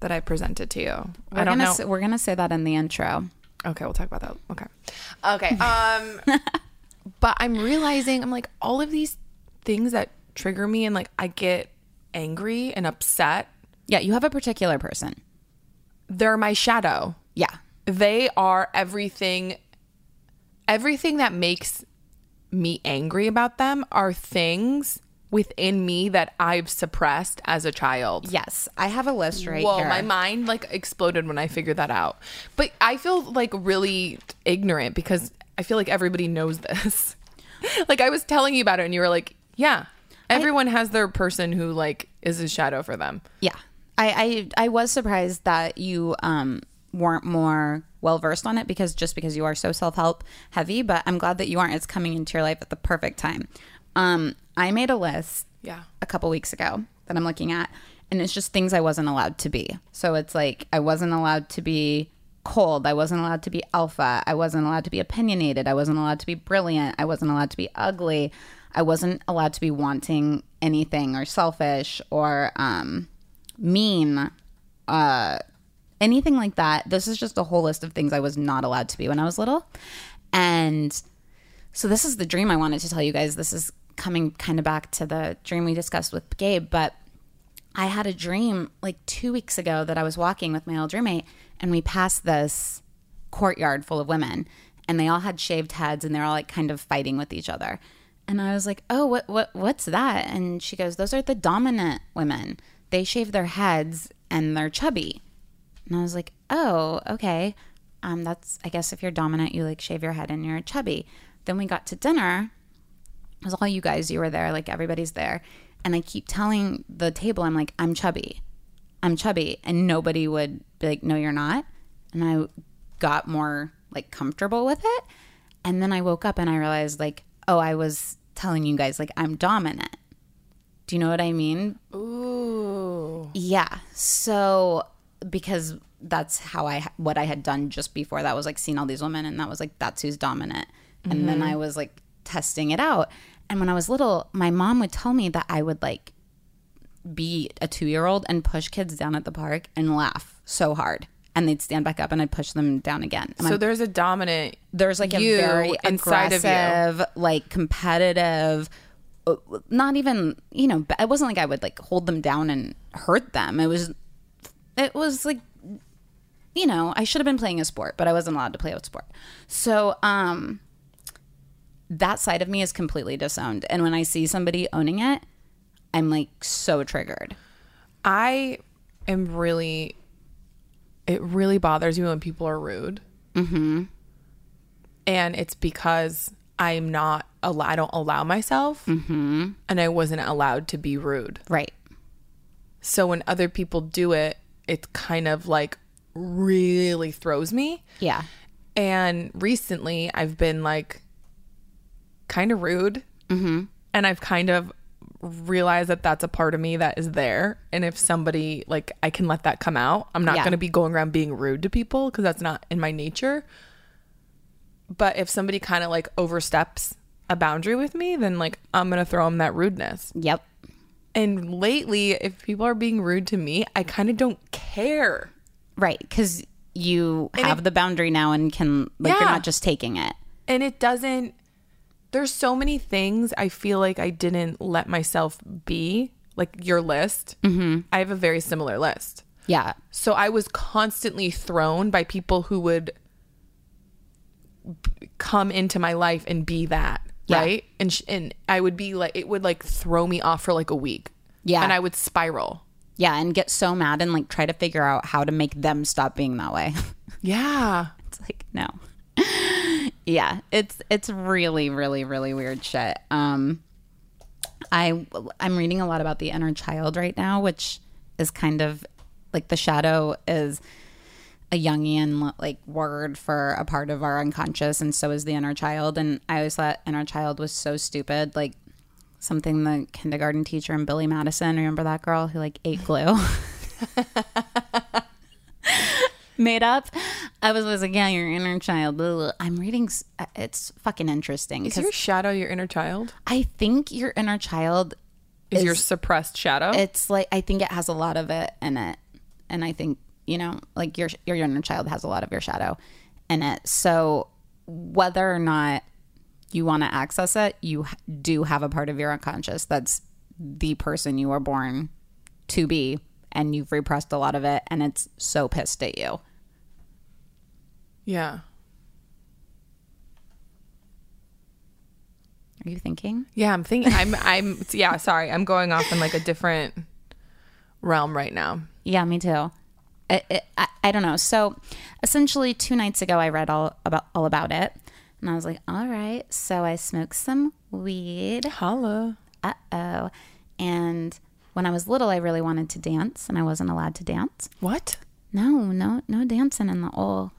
[SPEAKER 5] that i presented to you
[SPEAKER 4] We're
[SPEAKER 5] i don't
[SPEAKER 4] gonna
[SPEAKER 5] know
[SPEAKER 4] Say, we're going to say that in the intro.
[SPEAKER 5] Okay, we'll talk about that. Okay. Okay. Um but I'm realizing I'm like all of these things that trigger me and like I get angry and upset,
[SPEAKER 4] Yeah, you have a particular person.
[SPEAKER 5] they're my shadow.
[SPEAKER 4] Yeah.
[SPEAKER 5] They are everything everything that makes me angry about them are things within me that I've suppressed as a child.
[SPEAKER 4] Yes, I have a list right
[SPEAKER 5] Whoa,
[SPEAKER 4] here.
[SPEAKER 5] my mind like exploded when I figured that out. But I feel like really ignorant because I feel like everybody knows this. like I was telling you about it and you were like, yeah, everyone has their person who like is a shadow for them.
[SPEAKER 4] Yeah. I, I I was surprised that you um weren't more well versed on it because just because you are so self help heavy, but I'm glad that you aren't. It's coming into your life at the perfect time. Um, I made a list
[SPEAKER 5] Yeah.
[SPEAKER 4] a couple weeks ago that I'm looking at, and it's just things I wasn't allowed to be. So it's like I wasn't allowed to be cold. I wasn't allowed to be alpha. I wasn't allowed to be opinionated. I wasn't allowed to be brilliant. I wasn't allowed to be ugly. I wasn't allowed to be wanting anything or selfish or um, mean. Uh, anything like that. This is just a whole list of things I was not allowed to be when I was little. And so this is the dream I wanted to tell you guys. This is coming kind of back to the dream we discussed with Gabe, but I had a dream like two weeks ago that I was walking with my old roommate and we passed this courtyard full of women and they all had shaved heads and they're all like kind of fighting with each other. And I was like, Oh, what what what's that? And she goes, Those are the dominant women. They shave their heads and they're chubby. And I was like, Oh, okay. Um, that's I guess if you're dominant you like shave your head and you're chubby. Then we got to dinner it was all you guys you were there like everybody's there and i keep telling the table i'm like i'm chubby i'm chubby and nobody would be like no you're not and i got more like comfortable with it and then i woke up and i realized like oh i was telling you guys like i'm dominant do you know what i mean
[SPEAKER 5] Ooh.
[SPEAKER 4] yeah. So because that's how I what I had done just before that was like seeing all these women and that was like that's who's dominant. And
[SPEAKER 5] Mm-hmm.
[SPEAKER 4] then I was like testing it out. And when I was little, my mom would tell me that I would like be a 2-year-old and push kids down at the park and laugh so hard. And they'd stand back up and I'd push them down again. And
[SPEAKER 5] So
[SPEAKER 4] I'm-
[SPEAKER 5] there's a dominant.
[SPEAKER 4] there's like
[SPEAKER 5] you
[SPEAKER 4] a very
[SPEAKER 5] inside of you.
[SPEAKER 4] aggressive, like competitive, uh, not even you know. It wasn't like I would like hold them down and hurt them. It was, it was like, you know, I should have been playing a sport, but I wasn't allowed to play a sport. So, um, that side of me is completely disowned. And when I see somebody owning it, I'm like so triggered.
[SPEAKER 5] I am really. It really bothers me when people are rude. Mm-hmm. And it's because I'm not. al- I don't allow myself. Mm-hmm. And I wasn't allowed to be rude.
[SPEAKER 4] Right.
[SPEAKER 5] So when other people do it, it kind of like really throws me.
[SPEAKER 4] Yeah.
[SPEAKER 5] And recently I've been like kind of rude. Mm-hmm. And I've kind of realized that that's a part of me that is there. And if somebody, like, I can let that come out, I'm not
[SPEAKER 4] Yeah.
[SPEAKER 5] going to be going around being rude to people because that's not in my nature. But if somebody kind of like oversteps a boundary with me, then like I'm going to throw them that rudeness.
[SPEAKER 4] Yep.
[SPEAKER 5] And lately, if people are being rude to me, I kind of don't care.
[SPEAKER 4] Right. Because you have the boundary now and can like you're
[SPEAKER 5] Yeah.
[SPEAKER 4] not just taking it.
[SPEAKER 5] And it doesn't, there's so many things I feel like I didn't let myself be, like your list. Mm-hmm. I have a very similar list.
[SPEAKER 4] Yeah.
[SPEAKER 5] So I was constantly thrown by people who would b- come into my life and be that.
[SPEAKER 4] Yeah.
[SPEAKER 5] Right. And, sh- and I would be like, it would like throw me off for like a week.
[SPEAKER 4] Yeah.
[SPEAKER 5] And I would spiral.
[SPEAKER 4] Yeah, and get so mad and like try to figure out how to make them stop being that way.
[SPEAKER 5] Yeah.
[SPEAKER 4] it's like no. yeah, it's it's really really really weird shit. Um I I'm reading a lot about the inner child right now, which is kind of like the shadow is a Jungian like word for a part of our unconscious, and so is the inner child. And I always thought inner child was so stupid, like something the kindergarten teacher and Billy Madison. Remember that girl who like ate glue? Made up. I was always like, yeah, your inner child. Ugh. I'm reading. s- uh, It's fucking interesting.
[SPEAKER 5] Is
[SPEAKER 4] 'cause
[SPEAKER 5] your shadow your inner child?
[SPEAKER 4] I think your inner child
[SPEAKER 5] is, your suppressed shadow.
[SPEAKER 4] it's like I think it has a lot of it in it, and I think you know, like your your inner child has a lot of your shadow in it. So whether or not you want to access it, you h- do have a part of your unconscious that's the person you were born to be, and you've repressed a lot of it, and it's so pissed at you.
[SPEAKER 5] yeah.
[SPEAKER 4] Are you thinking?
[SPEAKER 5] Yeah, I'm thinking I'm I'm yeah, sorry. I'm going off in like a different realm right now.
[SPEAKER 4] Yeah, me too. I, I- I, I don't know. So essentially, two nights ago, I read all about all about it, and I was like, all right. So I smoked some weed.
[SPEAKER 5] Holla.
[SPEAKER 4] Uh oh. And when I was little, I really wanted to dance, and I wasn't allowed to dance.
[SPEAKER 5] What?
[SPEAKER 4] No, no, no dancing in the old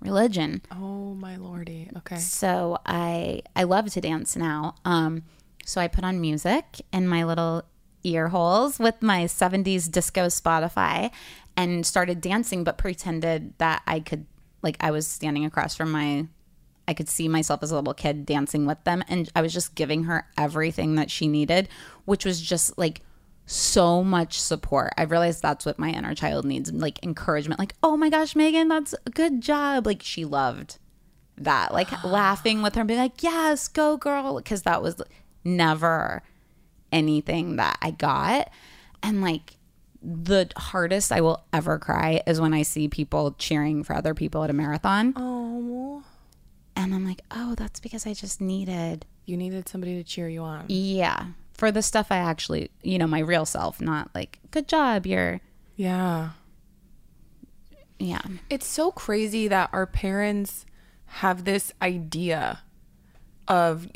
[SPEAKER 4] religion.
[SPEAKER 5] Oh my lordy. Okay.
[SPEAKER 4] So I I love to dance now. Um, so I put on music in my little ear holes with my 70s disco Spotify and started dancing but pretended that I could like I was standing across from my I could see myself as a little kid dancing with them and I was just giving her everything that she needed, which was just like so much support. I realized that's what my inner child needs, like encouragement, like, "Oh my gosh, Megan, that's a good job." Like she loved that like laughing with her and being like yes go girl because that was never anything that i got And like the hardest I will ever cry is when I see people cheering for other people at a marathon.
[SPEAKER 5] Oh,
[SPEAKER 4] And I'm like, oh, that's because I just needed,
[SPEAKER 5] you needed somebody to cheer you on.
[SPEAKER 4] yeah, for the stuff I actually, you know, my real self, not like, good job, you're,
[SPEAKER 5] Yeah.
[SPEAKER 4] yeah.
[SPEAKER 5] It's so crazy that our parents have this idea of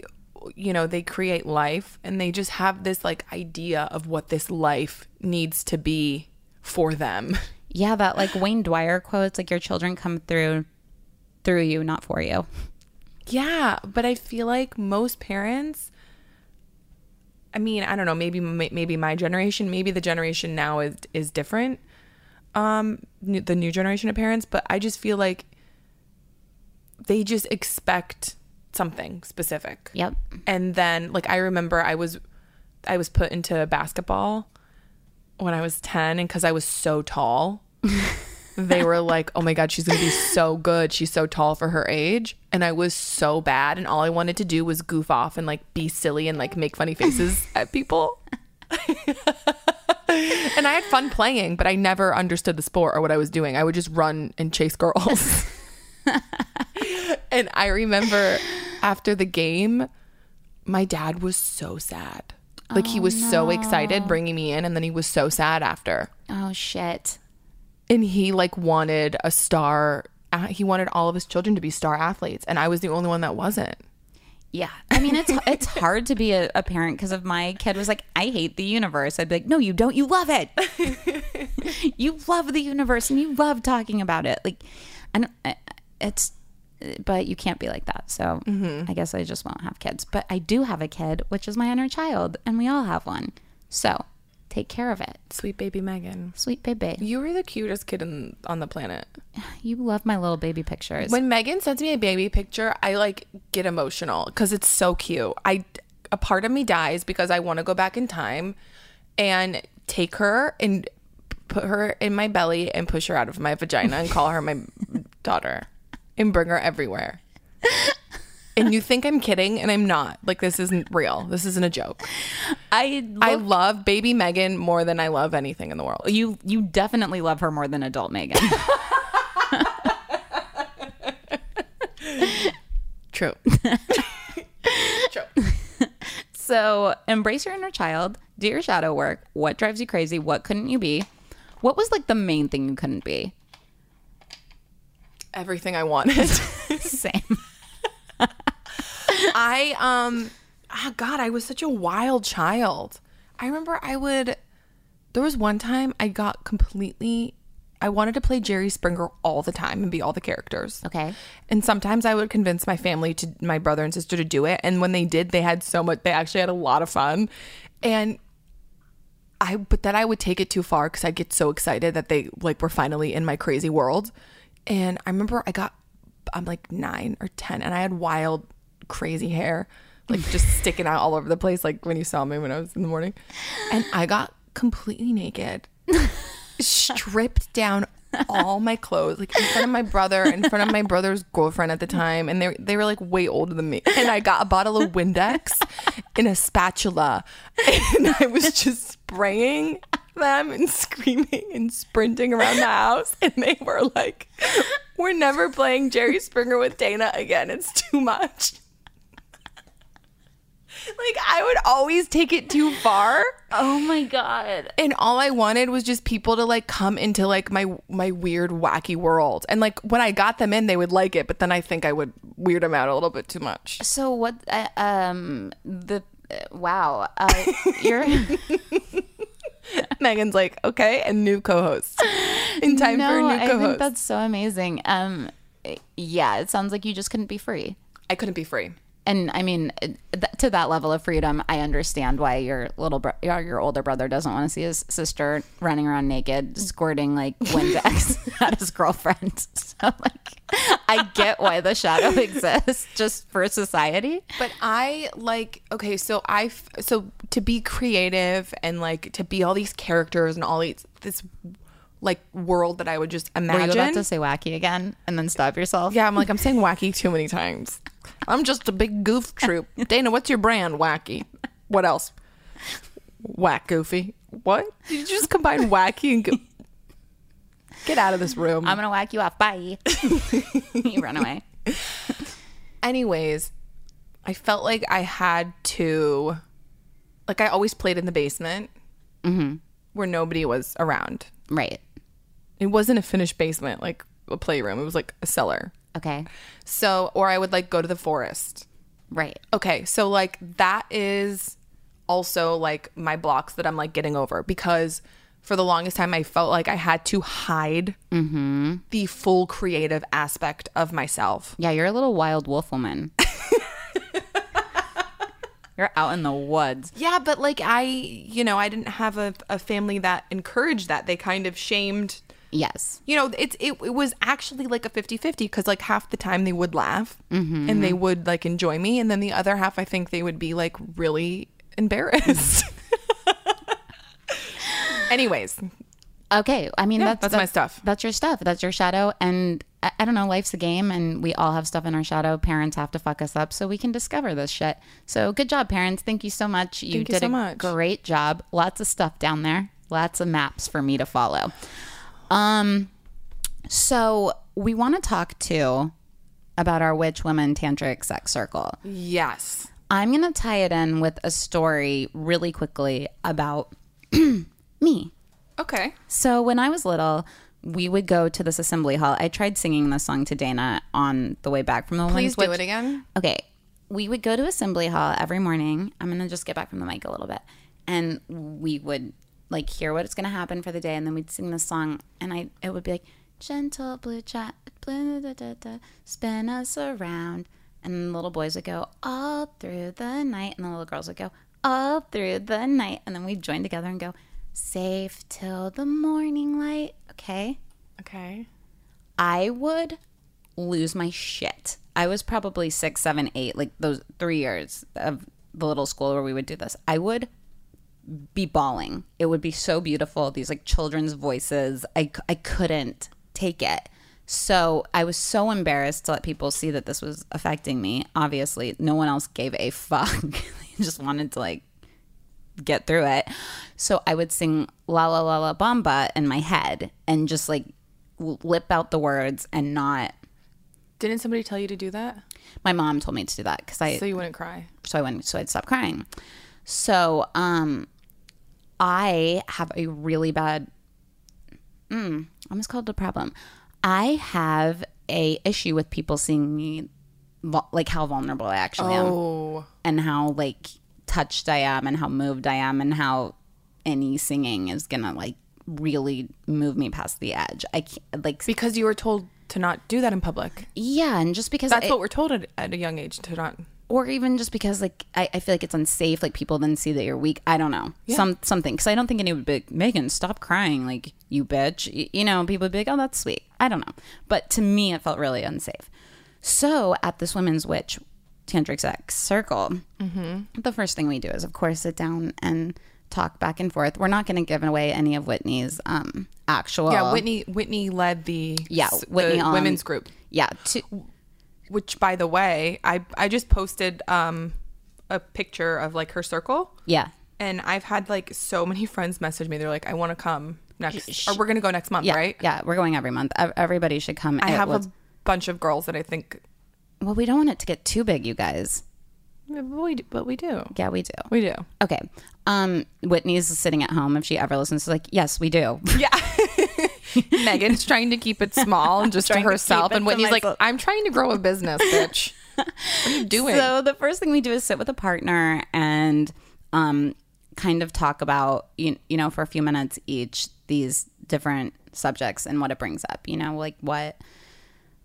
[SPEAKER 5] you know, they create life and they just have this like idea of what this life needs to be for them.
[SPEAKER 4] Yeah, that like Wayne Dwyer quotes, like, your children come through, through you, not for you.
[SPEAKER 5] Yeah, but I feel like most parents I mean, I don't know, maybe m- maybe my generation, maybe the generation now is is different. Um new, the new generation of parents, but I just feel like they just expect something specific.
[SPEAKER 4] Yep.
[SPEAKER 5] And then like I remember I was I was put into basketball when I was 10 and cuz I was so tall they were like, "Oh my god, she's going to be so good. She's so tall for her age." And I was so bad and all I wanted to do was goof off and like be silly and like make funny faces at people. and I had fun playing, but I never understood the sport or what I was doing. I would just run and chase girls. and I remember after the game, my dad was so sad. Like he was so excited bringing me in and then he was so sad after
[SPEAKER 4] Oh, shit.
[SPEAKER 5] and he like wanted a star uh, he wanted all of his children to be star athletes and i was the only one that wasn't
[SPEAKER 4] Yeah. I mean, it's it's hard to be a, a parent because if my kid was like, I hate the universe, I'd be like, no, you don't. You love it. you love the universe and you love talking about it. Like, I don't, I- it's, but you can't be like that. So I guess I just won't have kids. But I do have a kid, which is my inner child, and we all have one. So take care of it.
[SPEAKER 5] sweet baby megan
[SPEAKER 4] Sweet baby.
[SPEAKER 5] you were the cutest kid in, on the planet
[SPEAKER 4] You love my little baby pictures.
[SPEAKER 5] when megan sends me a baby picture i like get emotional because it's so cute i a part of me dies because i want to go back in time and take her and put her in my belly and push her out of my vagina and call her my daughter and bring her everywhere and you think i'm kidding and i'm not like this isn't real this isn't a joke
[SPEAKER 4] I,
[SPEAKER 5] I love baby Megan more than I love anything in the world.
[SPEAKER 4] you, you definitely love her more than adult Megan.
[SPEAKER 5] True. True.
[SPEAKER 4] So embrace your inner child, do your shadow work. What drives you crazy? What couldn't you be? What was like the main thing you couldn't be?
[SPEAKER 5] Everything I wanted. Oh
[SPEAKER 4] Same.
[SPEAKER 5] I um ah god, I was such a wild child. I remember I would there was one time I got completely I wanted to play Jerry Springer all the time and be all the characters.
[SPEAKER 4] Okay.
[SPEAKER 5] And sometimes I would convince my family to my brother and sister to do it and when they did they had so much they actually had a lot of fun. And I but then I would take it too far cuz I'd get so excited that they like were finally in my crazy world. And I remember I got I'm like 9 or 10 and I had wild crazy hair like just sticking out all over the place like when you saw me when I was in the morning. And I got completely naked. stripped down all my clothes like in front of my brother in front of my brother's girlfriend at the time and they they were like way older than me and I got a bottle of Windex and a spatula and I was just spraying them and screaming and sprinting around the house and they were like we're never playing Jerry Springer with Dana again it's too much like I would always take it too far
[SPEAKER 4] Oh my god.
[SPEAKER 5] and all I wanted was just people to like come into like my my weird wacky world. And like when I got them in, they would like it, but then I think I would weird them out a little bit too much.
[SPEAKER 4] So what? Uh, um, the uh, wow. Uh, you're
[SPEAKER 5] Megan's like, okay, a new co-host. In time for
[SPEAKER 4] no.
[SPEAKER 5] a new
[SPEAKER 4] I think
[SPEAKER 5] co-host. I,
[SPEAKER 4] that's so amazing. Um, yeah. It sounds like you just couldn't be free.
[SPEAKER 5] couldn't be free.
[SPEAKER 4] And I mean, th- to that level of freedom, I understand why your little bro- your your older brother doesn't want to see his sister running around naked, squirting like Windex at his girlfriend. So like, I get why the shadow exists just for society.
[SPEAKER 5] But I like okay, so I f- so to be creative and like to be all these characters and all these this like world that I would just
[SPEAKER 4] Were you
[SPEAKER 5] imagine.
[SPEAKER 4] about to say wacky again and then stop yourself?
[SPEAKER 5] Yeah, I'm like, I'm saying wacky too many times. I'm just a big goof troop. Dana, what's your brand? Wacky. What else? Whack goofy. What? Did you just combine wacky and go- get out of this room?
[SPEAKER 4] I'm gonna whack you off. Bye. you run away.
[SPEAKER 5] Anyways, I felt like I had to, like, I always played in the basement Mm-hmm. where nobody was around.
[SPEAKER 4] Right.
[SPEAKER 5] It wasn't a finished basement, like a playroom, it was like a cellar.
[SPEAKER 4] Okay.
[SPEAKER 5] So, or I would like go to the forest.
[SPEAKER 4] Right.
[SPEAKER 5] Okay, so like that is also like my blocks that I'm like getting over because for the longest time I felt like I had to hide the full creative aspect of myself.
[SPEAKER 4] Yeah, you're a little wild wolf woman. you're out in the woods.
[SPEAKER 5] Yeah, but like I, you know, I didn't have a, a family that encouraged that. They kind of shamed,
[SPEAKER 4] Yes.
[SPEAKER 5] you know, it's it, it was actually like a 50 50 because like half the time they would laugh and they would like enjoy me. And then the other half, I think they would be like really embarrassed. Anyways,
[SPEAKER 4] Okay. I mean,
[SPEAKER 5] Yeah,
[SPEAKER 4] that's,
[SPEAKER 5] that's my stuff.
[SPEAKER 4] That's your stuff. That's your shadow. And I, I don't know, life's a game and we all have stuff in our shadow. Parents have to fuck us up so we can discover this shit. So good job, parents. Thank you so much. You
[SPEAKER 5] Thank you
[SPEAKER 4] did
[SPEAKER 5] so
[SPEAKER 4] a
[SPEAKER 5] much.
[SPEAKER 4] great job. Lots of stuff down there. Lots of maps for me to follow. Um, so we want to talk too about our witch women tantric sex circle.
[SPEAKER 5] Yes.
[SPEAKER 4] I'm going to tie it in with a story really quickly about me.
[SPEAKER 5] Okay.
[SPEAKER 4] So when I was little, we would go to this assembly hall. I tried singing this song to Dana on the way back from the women's
[SPEAKER 5] Please do
[SPEAKER 4] witch-
[SPEAKER 5] it again.
[SPEAKER 4] Okay. We would go to assembly hall every morning. I'm going to just get back from the mic a little bit. And we would like hear what is going to happen for the day and then we'd sing this song and I it would be like gentle blue chat blah, da, da, da, spin us around and the little boys would go all through the night and the little girls would go all through the night and then we'd join together and go safe till the morning light okay
[SPEAKER 5] Okay.
[SPEAKER 4] I would lose my shit. I was probably six, seven, eight, like those three years of the little school where we would do this. I would be bawling. It would be so beautiful. These like children's voices. I, c- I couldn't take it. So I was so embarrassed to let people see that this was affecting me. Obviously, no one else gave a fuck. they just wanted to like get through it. So I would sing La La La La Bamba in my head and just like l- lip out the words and not.
[SPEAKER 5] Didn't somebody tell you to do that?
[SPEAKER 4] My mom told me to do that because I
[SPEAKER 5] So you wouldn't cry.
[SPEAKER 4] so I went so I'd stop crying. So um, I have a really bad. Mm, I almost called it a problem. I have a issue with people seeing me, vul- like how vulnerable I actually am
[SPEAKER 5] Oh.
[SPEAKER 4] and how like touched I am and how moved I am and how any singing is gonna like really move me past the edge. I can't, like
[SPEAKER 5] Because you were told to not do that in public.
[SPEAKER 4] yeah, and just because
[SPEAKER 5] That's
[SPEAKER 4] I-
[SPEAKER 5] what we're told at, at a young age to not.
[SPEAKER 4] or even just because like I, I feel like it's unsafe. Like people then see that you're weak. I don't know some something because I don't think anyone would be like, Megan, stop crying, like you bitch. Y- you know, people would be like, oh, that's sweet. I don't know, but to me, it felt really unsafe. So at this women's witch tantric sex circle,
[SPEAKER 5] Mm-hmm.
[SPEAKER 4] the first thing we do is, of course, sit down and talk back and forth. We're not going to give away any of Whitney's um actual
[SPEAKER 5] Yeah, Whitney Whitney led the
[SPEAKER 4] yeah
[SPEAKER 5] s- the
[SPEAKER 4] Whitney on-
[SPEAKER 5] women's group,
[SPEAKER 4] yeah to,
[SPEAKER 5] which by the way, I I just posted um a picture of like her circle
[SPEAKER 4] yeah
[SPEAKER 5] and I've had like so many friends message me. They're like, "I want to come next or we're going to go next month,
[SPEAKER 4] yeah
[SPEAKER 5] right?"
[SPEAKER 4] yeah we're going every month. Ev- Everybody should come.
[SPEAKER 5] I
[SPEAKER 4] It
[SPEAKER 5] have
[SPEAKER 4] was-
[SPEAKER 5] a bunch of girls that I think
[SPEAKER 4] Well, we don't want it to get too big, you guys.
[SPEAKER 5] but we do. But we do.
[SPEAKER 4] Yeah, we do.
[SPEAKER 5] We do.
[SPEAKER 4] Okay. Um, Whitney's sitting at home if she ever listens. She's like, yes, we do.
[SPEAKER 5] Megan's trying to keep it small and just to
[SPEAKER 4] Trying to keep
[SPEAKER 5] herself.
[SPEAKER 4] it
[SPEAKER 5] and
[SPEAKER 4] to
[SPEAKER 5] Whitney's like,
[SPEAKER 4] myself.
[SPEAKER 5] I'm trying to grow a business, bitch. what are you doing?
[SPEAKER 4] So the first thing we do is sit with a partner and um, kind of talk about you, you know for a few minutes each these different subjects and what it brings up. You know, like what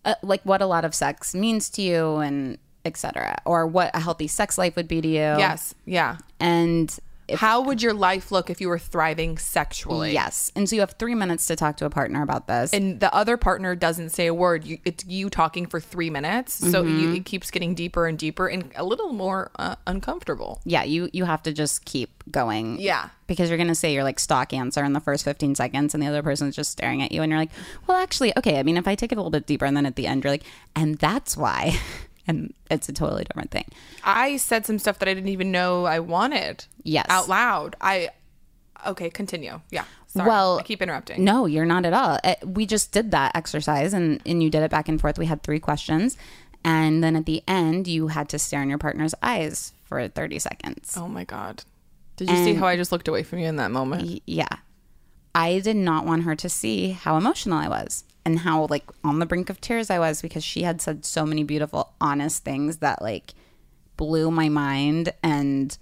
[SPEAKER 4] uh, like what a lot of sex means to you and etc. Or what a healthy sex life would be to you.
[SPEAKER 5] yes. Yeah.
[SPEAKER 4] And
[SPEAKER 5] How would your life look if you were thriving sexually?
[SPEAKER 4] yes, and so you have three minutes to talk to a partner about this.
[SPEAKER 5] And the other partner doesn't say a word. You, it's you talking for three minutes. So you, it keeps getting deeper and deeper and a little more uh, uncomfortable.
[SPEAKER 4] yeah, you you have to just keep going.
[SPEAKER 5] Yeah.
[SPEAKER 4] Because you're gonna say your like stock answer in the first fifteen seconds and the other person's just staring at you and you're like, Well actually, okay, I mean if I take it a little bit deeper and then at the end you're like, and that's why and it's a totally different thing.
[SPEAKER 5] I said some stuff that I didn't even know I wanted.
[SPEAKER 4] Yes.
[SPEAKER 5] Out loud. I Okay, continue. Yeah. Sorry.
[SPEAKER 4] Well,
[SPEAKER 5] I keep interrupting.
[SPEAKER 4] No, you're not at all. Uh, We just did that exercise and, and you did it back and forth. We had three questions. And then at the end, you had to stare in your partner's eyes for 30 seconds.
[SPEAKER 5] Oh my god. Did you see how I just looked away from you in that moment?
[SPEAKER 4] Y- Yeah. I did not want her to see how emotional I was and how like on the brink of tears I was because she had said so many beautiful, honest things that like blew my mind and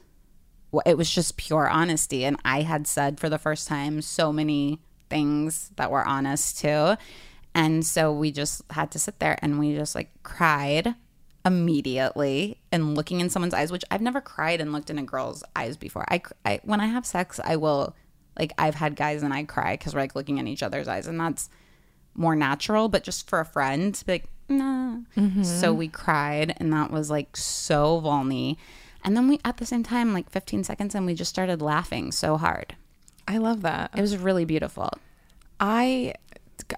[SPEAKER 4] w- it was just pure honesty. And I had said for the first time so many things that were honest too. And so we just had to sit there and we just like cried immediately and looking in someone's eyes, which I've never cried and looked in a girl's eyes before. I, cr- I when I have sex, I will like I've had guys and I cry because we're like looking in each other's eyes, and that's more natural. But just for a friend to be like, nah. So we cried, and that was like so vulny. And then we at the same time, like 15 seconds, and we just started laughing so hard.
[SPEAKER 5] I love that.
[SPEAKER 4] It was really beautiful.
[SPEAKER 5] I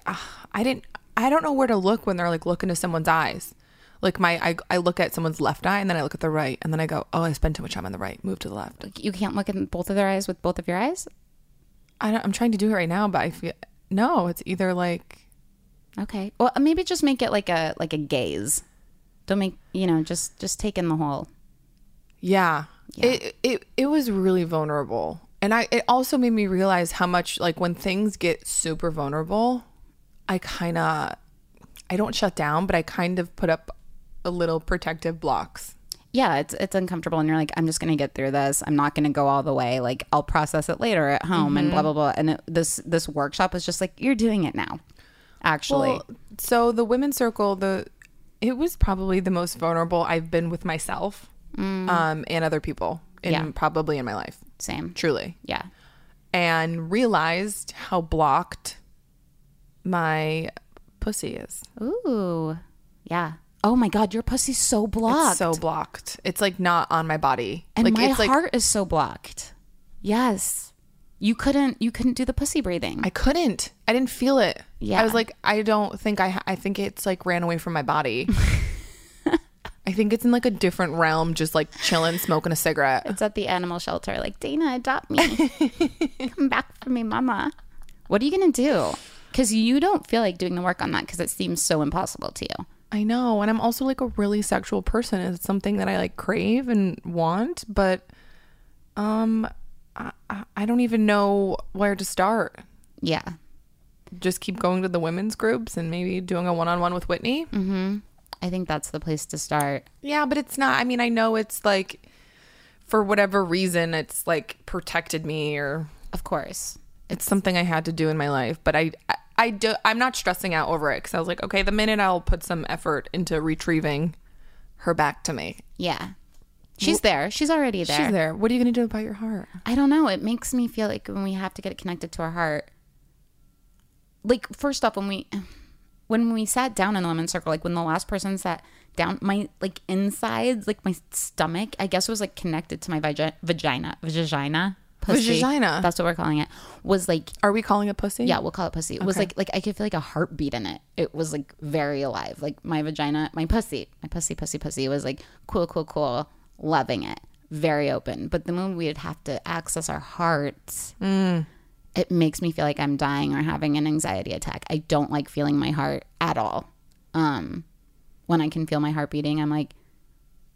[SPEAKER 5] ah, I didn't I don't know where to look when they're like look into someone's eyes. Like my I, I look at someone's left eye and then I look at the right and then I go, "Oh, I spend too much time on the right. Move to the left."
[SPEAKER 4] Like, You can't look in both of their eyes with both of your eyes.
[SPEAKER 5] I don't, I'm trying to do it right now, but I feel no, it's either like
[SPEAKER 4] Okay. Well, maybe just make it like a like a gaze. Don't make you know just just take in the whole.
[SPEAKER 5] Yeah. It, it it was really vulnerable. And I it also made me realize how much like when things get super vulnerable, I kind of I don't shut down, but I kind of put up a little protective blocks.
[SPEAKER 4] yeah, it's it's uncomfortable, and you're like, I'm just gonna get through this. I'm not gonna go all the way. Like, I'll process it later at home, and
[SPEAKER 5] Mm-hmm.
[SPEAKER 4] blah blah blah. And it, this this workshop is just like, you're doing it now. Actually,
[SPEAKER 5] Well, so the women's circle, the it was probably the most vulnerable I've been with myself um and other people in
[SPEAKER 4] Yeah.
[SPEAKER 5] probably in my life.
[SPEAKER 4] same.
[SPEAKER 5] Truly.
[SPEAKER 4] Yeah,
[SPEAKER 5] And realized how blocked my pussy is.
[SPEAKER 4] Ooh, yeah. Oh my God, your pussy's so blocked,
[SPEAKER 5] It's so blocked. It's like not on my body.
[SPEAKER 4] and
[SPEAKER 5] like
[SPEAKER 4] my
[SPEAKER 5] it's like
[SPEAKER 4] heart is so blocked. Yes, you couldn't you couldn't do the pussy breathing.
[SPEAKER 5] I couldn't. I didn't feel it.
[SPEAKER 4] Yeah.
[SPEAKER 5] I was like, I don't think I. Ha- I think it's like ran away from my body. I think it's in like a different realm, just like chilling, smoking a cigarette.
[SPEAKER 4] it's at the animal shelter. Like, Dana, adopt me. Come back for me, mama. What are you going to do? Because you don't feel like doing the work on that because it seems so impossible to you.
[SPEAKER 5] I know, and I'm also like a really sexual person. It's something that I like crave and want, but um, I, I- I don't even know where to start.
[SPEAKER 4] Yeah.
[SPEAKER 5] Just keep going to the women's groups and maybe doing a one-on-one with Whitney.
[SPEAKER 4] I think that's the place to start.
[SPEAKER 5] Yeah, but it's not. I mean, I know it's like for whatever reason, it's like protected me or
[SPEAKER 4] Of course.
[SPEAKER 5] it's something I had to do in my life. But I, I, I do. I'm not stressing out over it because I was like, okay, the minute I'll put some effort into retrieving her back to me.
[SPEAKER 4] Yeah. She's there. She's already there.
[SPEAKER 5] She's there. What are you gonna do about your heart?
[SPEAKER 4] I don't know. It makes me feel like when we have to get it connected to our heart. Like first off, when we when we sat down in the lemon circle, like when the last person sat down, my like insides, like my stomach, I guess was like connected to my vagi- vagina, vagina, pussy.
[SPEAKER 5] Vagina.
[SPEAKER 4] That's what we're calling it. Was like
[SPEAKER 5] Are we calling it pussy?
[SPEAKER 4] yeah, we'll call it pussy. It was like like I could feel like a heartbeat in it. It was like very alive. Like my vagina, my pussy, my pussy, pussy, pussy was like cool, cool, cool, loving it, very open. But the moment we'd have to access our hearts, it makes me feel like I'm dying or having an anxiety attack. I don't like feeling my heart at all. Um, when I can feel my heart beating, I'm like,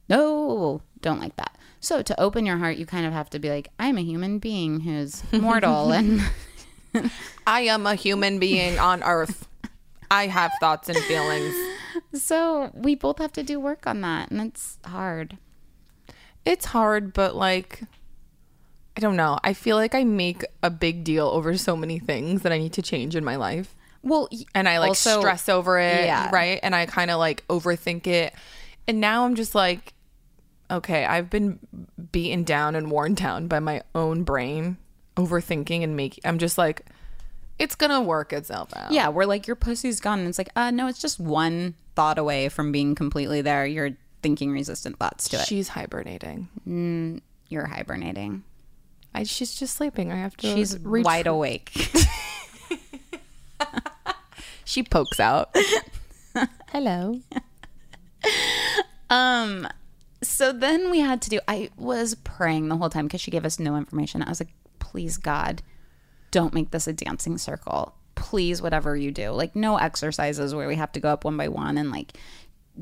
[SPEAKER 4] no, don't like that. So to open your heart, you kind of have to be like, I'm a human being who's mortal and.
[SPEAKER 5] I am a human being on Earth. I have thoughts and feelings.
[SPEAKER 4] So we both have to do work on that, and it's hard.
[SPEAKER 5] It's hard, but like, I don't know. I feel like I make a big deal over so many things that I need to change in my life.
[SPEAKER 4] Well,
[SPEAKER 5] and I like
[SPEAKER 4] Also-
[SPEAKER 5] stress over it,
[SPEAKER 4] yeah.
[SPEAKER 5] right? And I kind of like overthink it. And now I'm just like, okay, I've been beaten down and worn down by my own brain overthinking and make. I'm just like, it's gonna work itself out.
[SPEAKER 4] yeah, we're like your pussy's gone, and it's like, uh, no, it's just one thought away from being completely there. You're thinking resistant thoughts to it.
[SPEAKER 5] she's hibernating.
[SPEAKER 4] You're hibernating.
[SPEAKER 5] I, she's just sleeping. I have to.
[SPEAKER 4] She's
[SPEAKER 5] reach-
[SPEAKER 4] wide awake.
[SPEAKER 5] She pokes out. Hello.
[SPEAKER 4] um, so then we had to do. I was praying the whole time because she gave us no information. I was like, please God, don't make this a dancing circle. Please, whatever you do, like no exercises where we have to go up one by one and like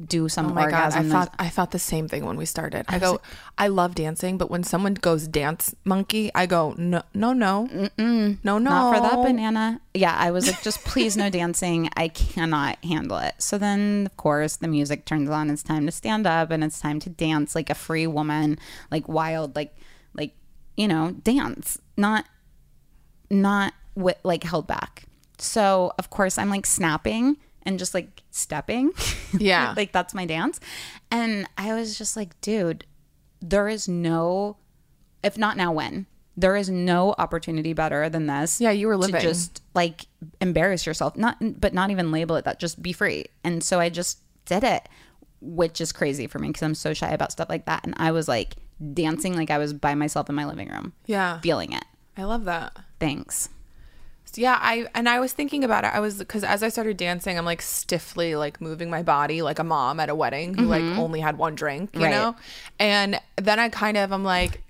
[SPEAKER 4] do some
[SPEAKER 5] Oh my god, I
[SPEAKER 4] orgasm.
[SPEAKER 5] thought I thought the same thing when we started. I, go, I love dancing, but when someone goes dance monkey, I go, no, no, no, Mm-mm, no, no,
[SPEAKER 4] Not for that banana. Yeah, I was like, just please no dancing. I cannot handle it. So then, of course, the music turns on. It's time to stand up and it's time to dance like a free woman, like wild, like, like, you know, dance, not, not wi- like held back. So, of course, I'm like snapping and just like stepping.
[SPEAKER 5] Yeah.
[SPEAKER 4] like, that's my dance. And I was just like, dude, there is no, if not now, when? There is no opportunity better than this.
[SPEAKER 5] Yeah, you were
[SPEAKER 4] to
[SPEAKER 5] living.
[SPEAKER 4] just like embarrass yourself, not but not even label it that. Just be free. And so I just did it, which is crazy for me because I'm so shy about stuff like that. And I was like dancing like I was by myself in my living room,
[SPEAKER 5] Yeah,
[SPEAKER 4] feeling it.
[SPEAKER 5] I love that.
[SPEAKER 4] Thanks.
[SPEAKER 5] So yeah, I and I was thinking about it. I was because as I started dancing, I'm like stiffly like moving my body like a mom at a wedding who like only had one drink, you
[SPEAKER 4] Mm-hmm. Right.
[SPEAKER 5] know. And then I kind of I'm like,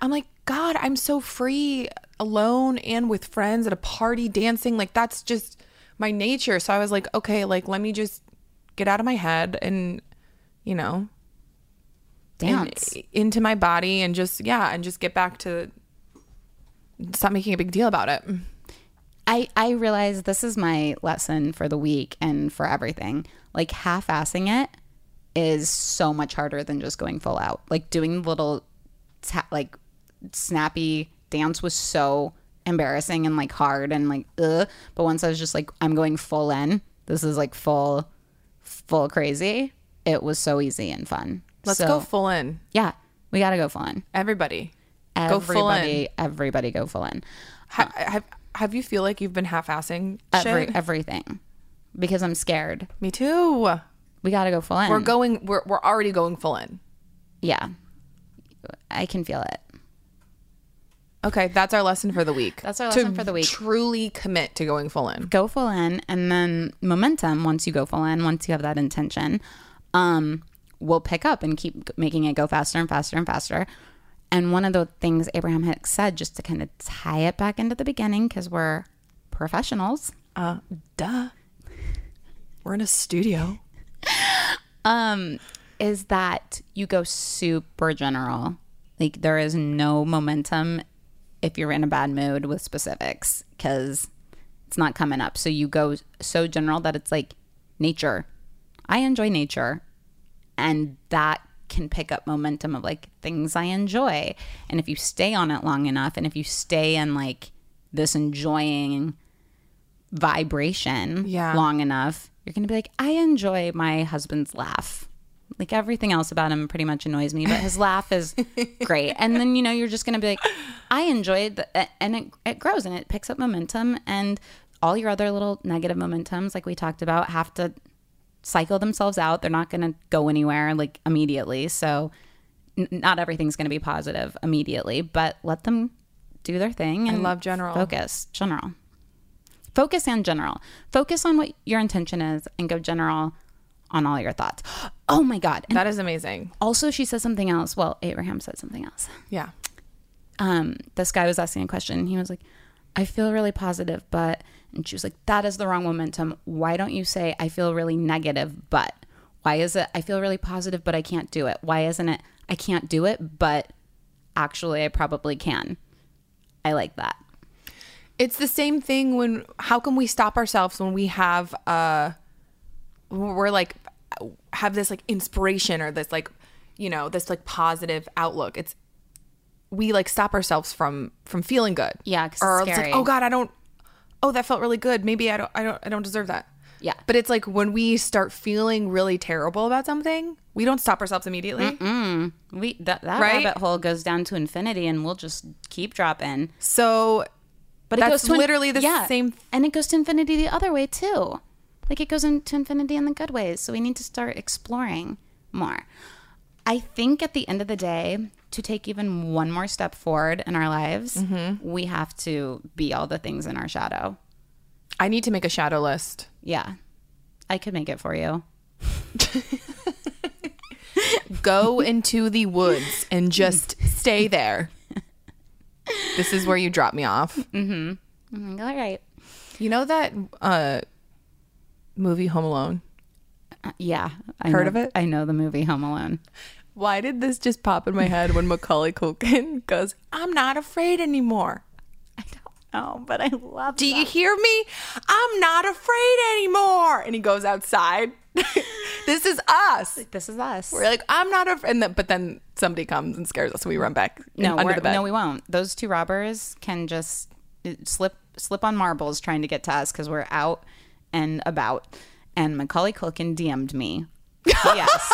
[SPEAKER 5] I'm like, God, I'm so free alone and with friends at a party dancing. Like that's just my nature. So I was like, okay, like let me just get out of my head and you know and
[SPEAKER 4] Dance.
[SPEAKER 5] into my body and just yeah and just get back to stop making a big deal about it.
[SPEAKER 4] I, I realize this is my lesson for the week and for everything. Like half assing it is so much harder than just going full out. Like doing the little ta- like snappy dance was so embarrassing and like hard and like ugh. But once I was just like I'm going full in. This is like full full crazy. It was so easy and fun.
[SPEAKER 5] Let's
[SPEAKER 4] So,
[SPEAKER 5] go full in.
[SPEAKER 4] Yeah, we gotta go full in.
[SPEAKER 5] Everybody. Go
[SPEAKER 4] Everybody,
[SPEAKER 5] full in.
[SPEAKER 4] everybody go full in.
[SPEAKER 5] Ha- have, have you feel like you've been half-assing
[SPEAKER 4] Every,
[SPEAKER 5] shit?
[SPEAKER 4] everything. Because I'm scared.
[SPEAKER 5] eh, Me too.
[SPEAKER 4] We gotta go full in.
[SPEAKER 5] We're going. We're we're already going full in.
[SPEAKER 4] Yeah, I can feel it.
[SPEAKER 5] Okay, that's our lesson for the week.
[SPEAKER 4] That's our
[SPEAKER 5] To
[SPEAKER 4] lesson for the week.
[SPEAKER 5] Truly commit to going full in.
[SPEAKER 4] Go full in, and then momentum. Once you go full in, once you have that intention, um, will pick up and keep g- making it go faster and faster and faster. And one of the things Abraham Hicks said, just to kind of tie it back into the beginning, because we're professionals.
[SPEAKER 5] Uh, duh. We're in a studio.
[SPEAKER 4] um is that you go super general like there is no momentum if you're in a bad mood with specifics because it's not coming up so you go so general that it's like nature i enjoy nature and that can pick up momentum of like things I enjoy. And if you stay on it long enough, and if you stay in like this enjoying vibration
[SPEAKER 5] Yeah.
[SPEAKER 4] long enough, you're gonna be like, I enjoy my husband's laugh. Like everything else about him pretty much annoys me, but his laugh is great. And then you know you're just gonna be like, I enjoyed, the, and it, it grows and it picks up momentum, and all your other little negative momentums, like we talked about, have to cycle themselves out. They're not going to go anywhere like immediately. So n- not everything's going to be positive immediately, but let them do their thing. And
[SPEAKER 5] love general.
[SPEAKER 4] Focus, general. Focus and general. Focus on what your intention is and go general on all your thoughts. Oh my God. And
[SPEAKER 5] That is amazing.
[SPEAKER 4] also, she says something else. Well, Abraham said something else
[SPEAKER 5] Yeah.
[SPEAKER 4] um, this guy was asking a question. And he was like, I feel really positive, but, and she was like, that is the wrong momentum. Why don't you say, I feel really negative, but? Why is it, I feel really positive, but I can't do it? Why isn't it, I can't do it, but actually, I probably can? I like that.
[SPEAKER 5] It's the same thing when how can we stop ourselves when we have uh when we're like have this like inspiration or this like you know this like positive outlook. It's we like stop ourselves from from feeling good.
[SPEAKER 4] Yeah, 'cause it's
[SPEAKER 5] or
[SPEAKER 4] scary.
[SPEAKER 5] like oh god, I don't oh that felt really good. Maybe I don't I don't I don't deserve that.
[SPEAKER 4] Yeah.
[SPEAKER 5] But it's like when we start feeling really terrible about something, we don't stop ourselves immediately.
[SPEAKER 4] We, that, that
[SPEAKER 5] Right?
[SPEAKER 4] rabbit hole goes down to infinity and we'll just keep dropping.
[SPEAKER 5] So
[SPEAKER 4] But
[SPEAKER 5] That's literally the same-
[SPEAKER 4] And it goes to infinity the other way too. Like it goes into infinity in the good ways. So we need to start exploring more. I think at the end of the day, to take even one more step forward in our lives, we have to be all the things in our shadow.
[SPEAKER 5] I need to make a shadow list.
[SPEAKER 4] Yeah. I could make it for you.
[SPEAKER 5] Go into the woods and just stay there. This is where you drop me off.
[SPEAKER 4] I'm like, all right.
[SPEAKER 5] You know that uh, movie Home Alone?
[SPEAKER 4] Uh, yeah. I
[SPEAKER 5] Heard
[SPEAKER 4] know-
[SPEAKER 5] of it?
[SPEAKER 4] I know the movie Home Alone.
[SPEAKER 5] Why did this just pop in my head when Macaulay Culkin goes, I'm not afraid anymore?
[SPEAKER 4] I don't know, but I love
[SPEAKER 5] Do you hear me? I'm not afraid anymore. And he goes outside. this is us.
[SPEAKER 4] This is us.
[SPEAKER 5] We're like, I'm not afraid. And then, but then somebody comes and scares us and we run back in-
[SPEAKER 4] No,
[SPEAKER 5] under
[SPEAKER 4] we're,
[SPEAKER 5] the bed.
[SPEAKER 4] no, we won't. Those two robbers can just uh, slip slip on marbles trying to get to us because we're out and about. And Macaulay Culkin DM'd me. Yes,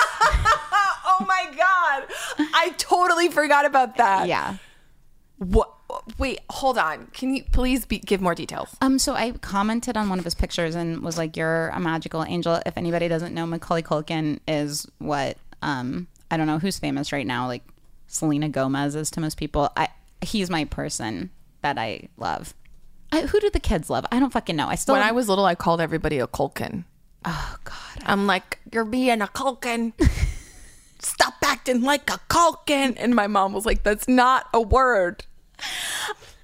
[SPEAKER 5] oh my God. I totally forgot about that.
[SPEAKER 4] yeah.
[SPEAKER 5] What? Wait, hold on. Can you please be, give more details?
[SPEAKER 4] Um, so I commented on one of his pictures and was like, "You're a magical angel." If anybody doesn't know, Macaulay Culkin is what um I don't know who's famous right now, like Selena Gomez is to most people. I he's my person that I love. I, who do the kids love? I don't fucking know. I still
[SPEAKER 5] When I was little, I called everybody a Culkin. Oh God! I'm like, you're being a Culkin. Stop acting like a Culkin. And my mom was like, that's not a word.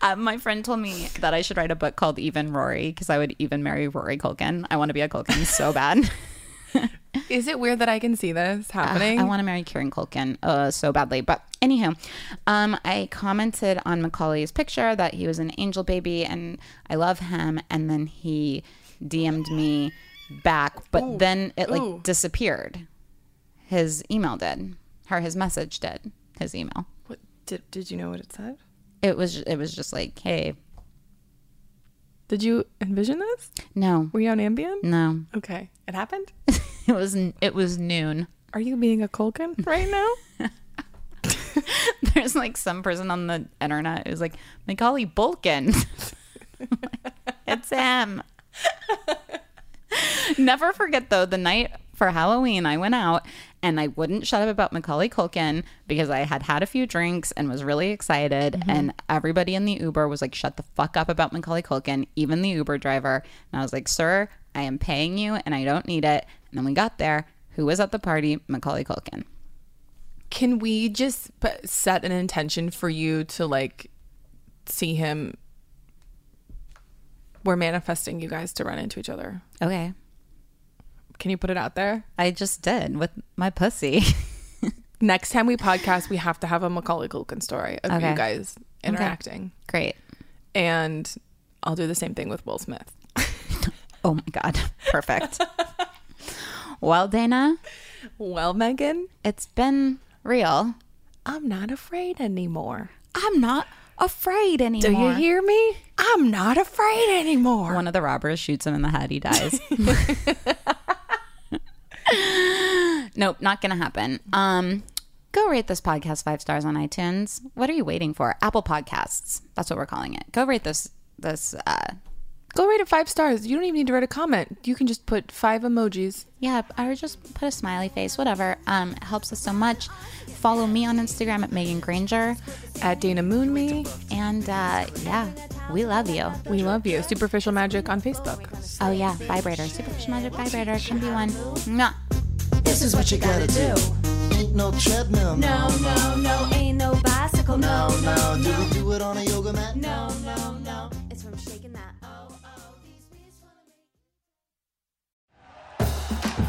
[SPEAKER 4] Uh, my friend told me that I should write a book called Even Rory because I would even marry Rory Culkin. I want to be a Culkin so bad.
[SPEAKER 5] Is it weird that Uh, I can see this happening?
[SPEAKER 4] I want to marry Kieran Culkin uh, so badly. But anywho, um, I commented on Macaulay's picture that he was an angel baby and I love him. And then he DM'd me back, but then it like disappeared. His email did, or his message did, his email.
[SPEAKER 5] what, did Did you know what it said?
[SPEAKER 4] It was it was just like, hey,
[SPEAKER 5] Did you envision this?
[SPEAKER 4] no,
[SPEAKER 5] Were you on Ambien?
[SPEAKER 4] no.
[SPEAKER 5] Okay, it happened.
[SPEAKER 4] It was it was noon.
[SPEAKER 5] Are you being a Culkin right now?
[SPEAKER 4] there's like some person on the internet who's like Macaulay Bulkin. it's him. Never forget though the night for Halloween I went out and I wouldn't shut up about Macaulay Culkin because I had had a few drinks and was really excited and everybody in the Uber was like shut the fuck up about Macaulay Culkin even the Uber driver and I was like sir I am paying you and I don't need it and then we got there who was at the party Macaulay Culkin
[SPEAKER 5] Can we just p- set an intention for you to like see him? We're manifesting you guys to run into each other.
[SPEAKER 4] okay
[SPEAKER 5] Can you put it out there?
[SPEAKER 4] I just did with my pussy.
[SPEAKER 5] Next time we podcast, we have to have a Macaulay Culkin story of
[SPEAKER 4] Okay.
[SPEAKER 5] you guys interacting,
[SPEAKER 4] Great.
[SPEAKER 5] and I'll do the same thing with Will Smith.
[SPEAKER 4] Oh my God. Perfect. well, Dana,
[SPEAKER 5] Well, Megan,
[SPEAKER 4] it's been real.
[SPEAKER 5] I'm not afraid anymore.
[SPEAKER 4] I'm not afraid
[SPEAKER 5] Do
[SPEAKER 4] anymore.
[SPEAKER 5] you hear me? I'm not afraid anymore.
[SPEAKER 4] One of the robbers shoots him in the head. He dies. nope, not going to happen. Um, go rate this podcast five stars on iTunes. What are you waiting for? Apple Podcasts. That's what we're calling it. Go rate this. This. Uh,
[SPEAKER 5] Go rate it five stars. You don't even need to write a comment. You can just put five emojis.
[SPEAKER 4] Yeah, or just put a smiley face, whatever. Um, it helps us so much. Follow me on Instagram at Megan Granger.
[SPEAKER 5] At Dana Moon Me,
[SPEAKER 4] And uh, yeah, we love you.
[SPEAKER 5] we love you. Superficial Magic on Facebook.
[SPEAKER 4] Oh, yeah, vibrator. Superficial Magic Vibrator. Can be one. Mwah.
[SPEAKER 3] This is what you gotta do.
[SPEAKER 6] Ain't no treadmill.
[SPEAKER 3] No, no, no, ain't no bicycle. No, no,
[SPEAKER 6] Do we do it on a yoga mat?
[SPEAKER 3] no, no, no. It's from shaking that. Oh, oh, these beats wanna make.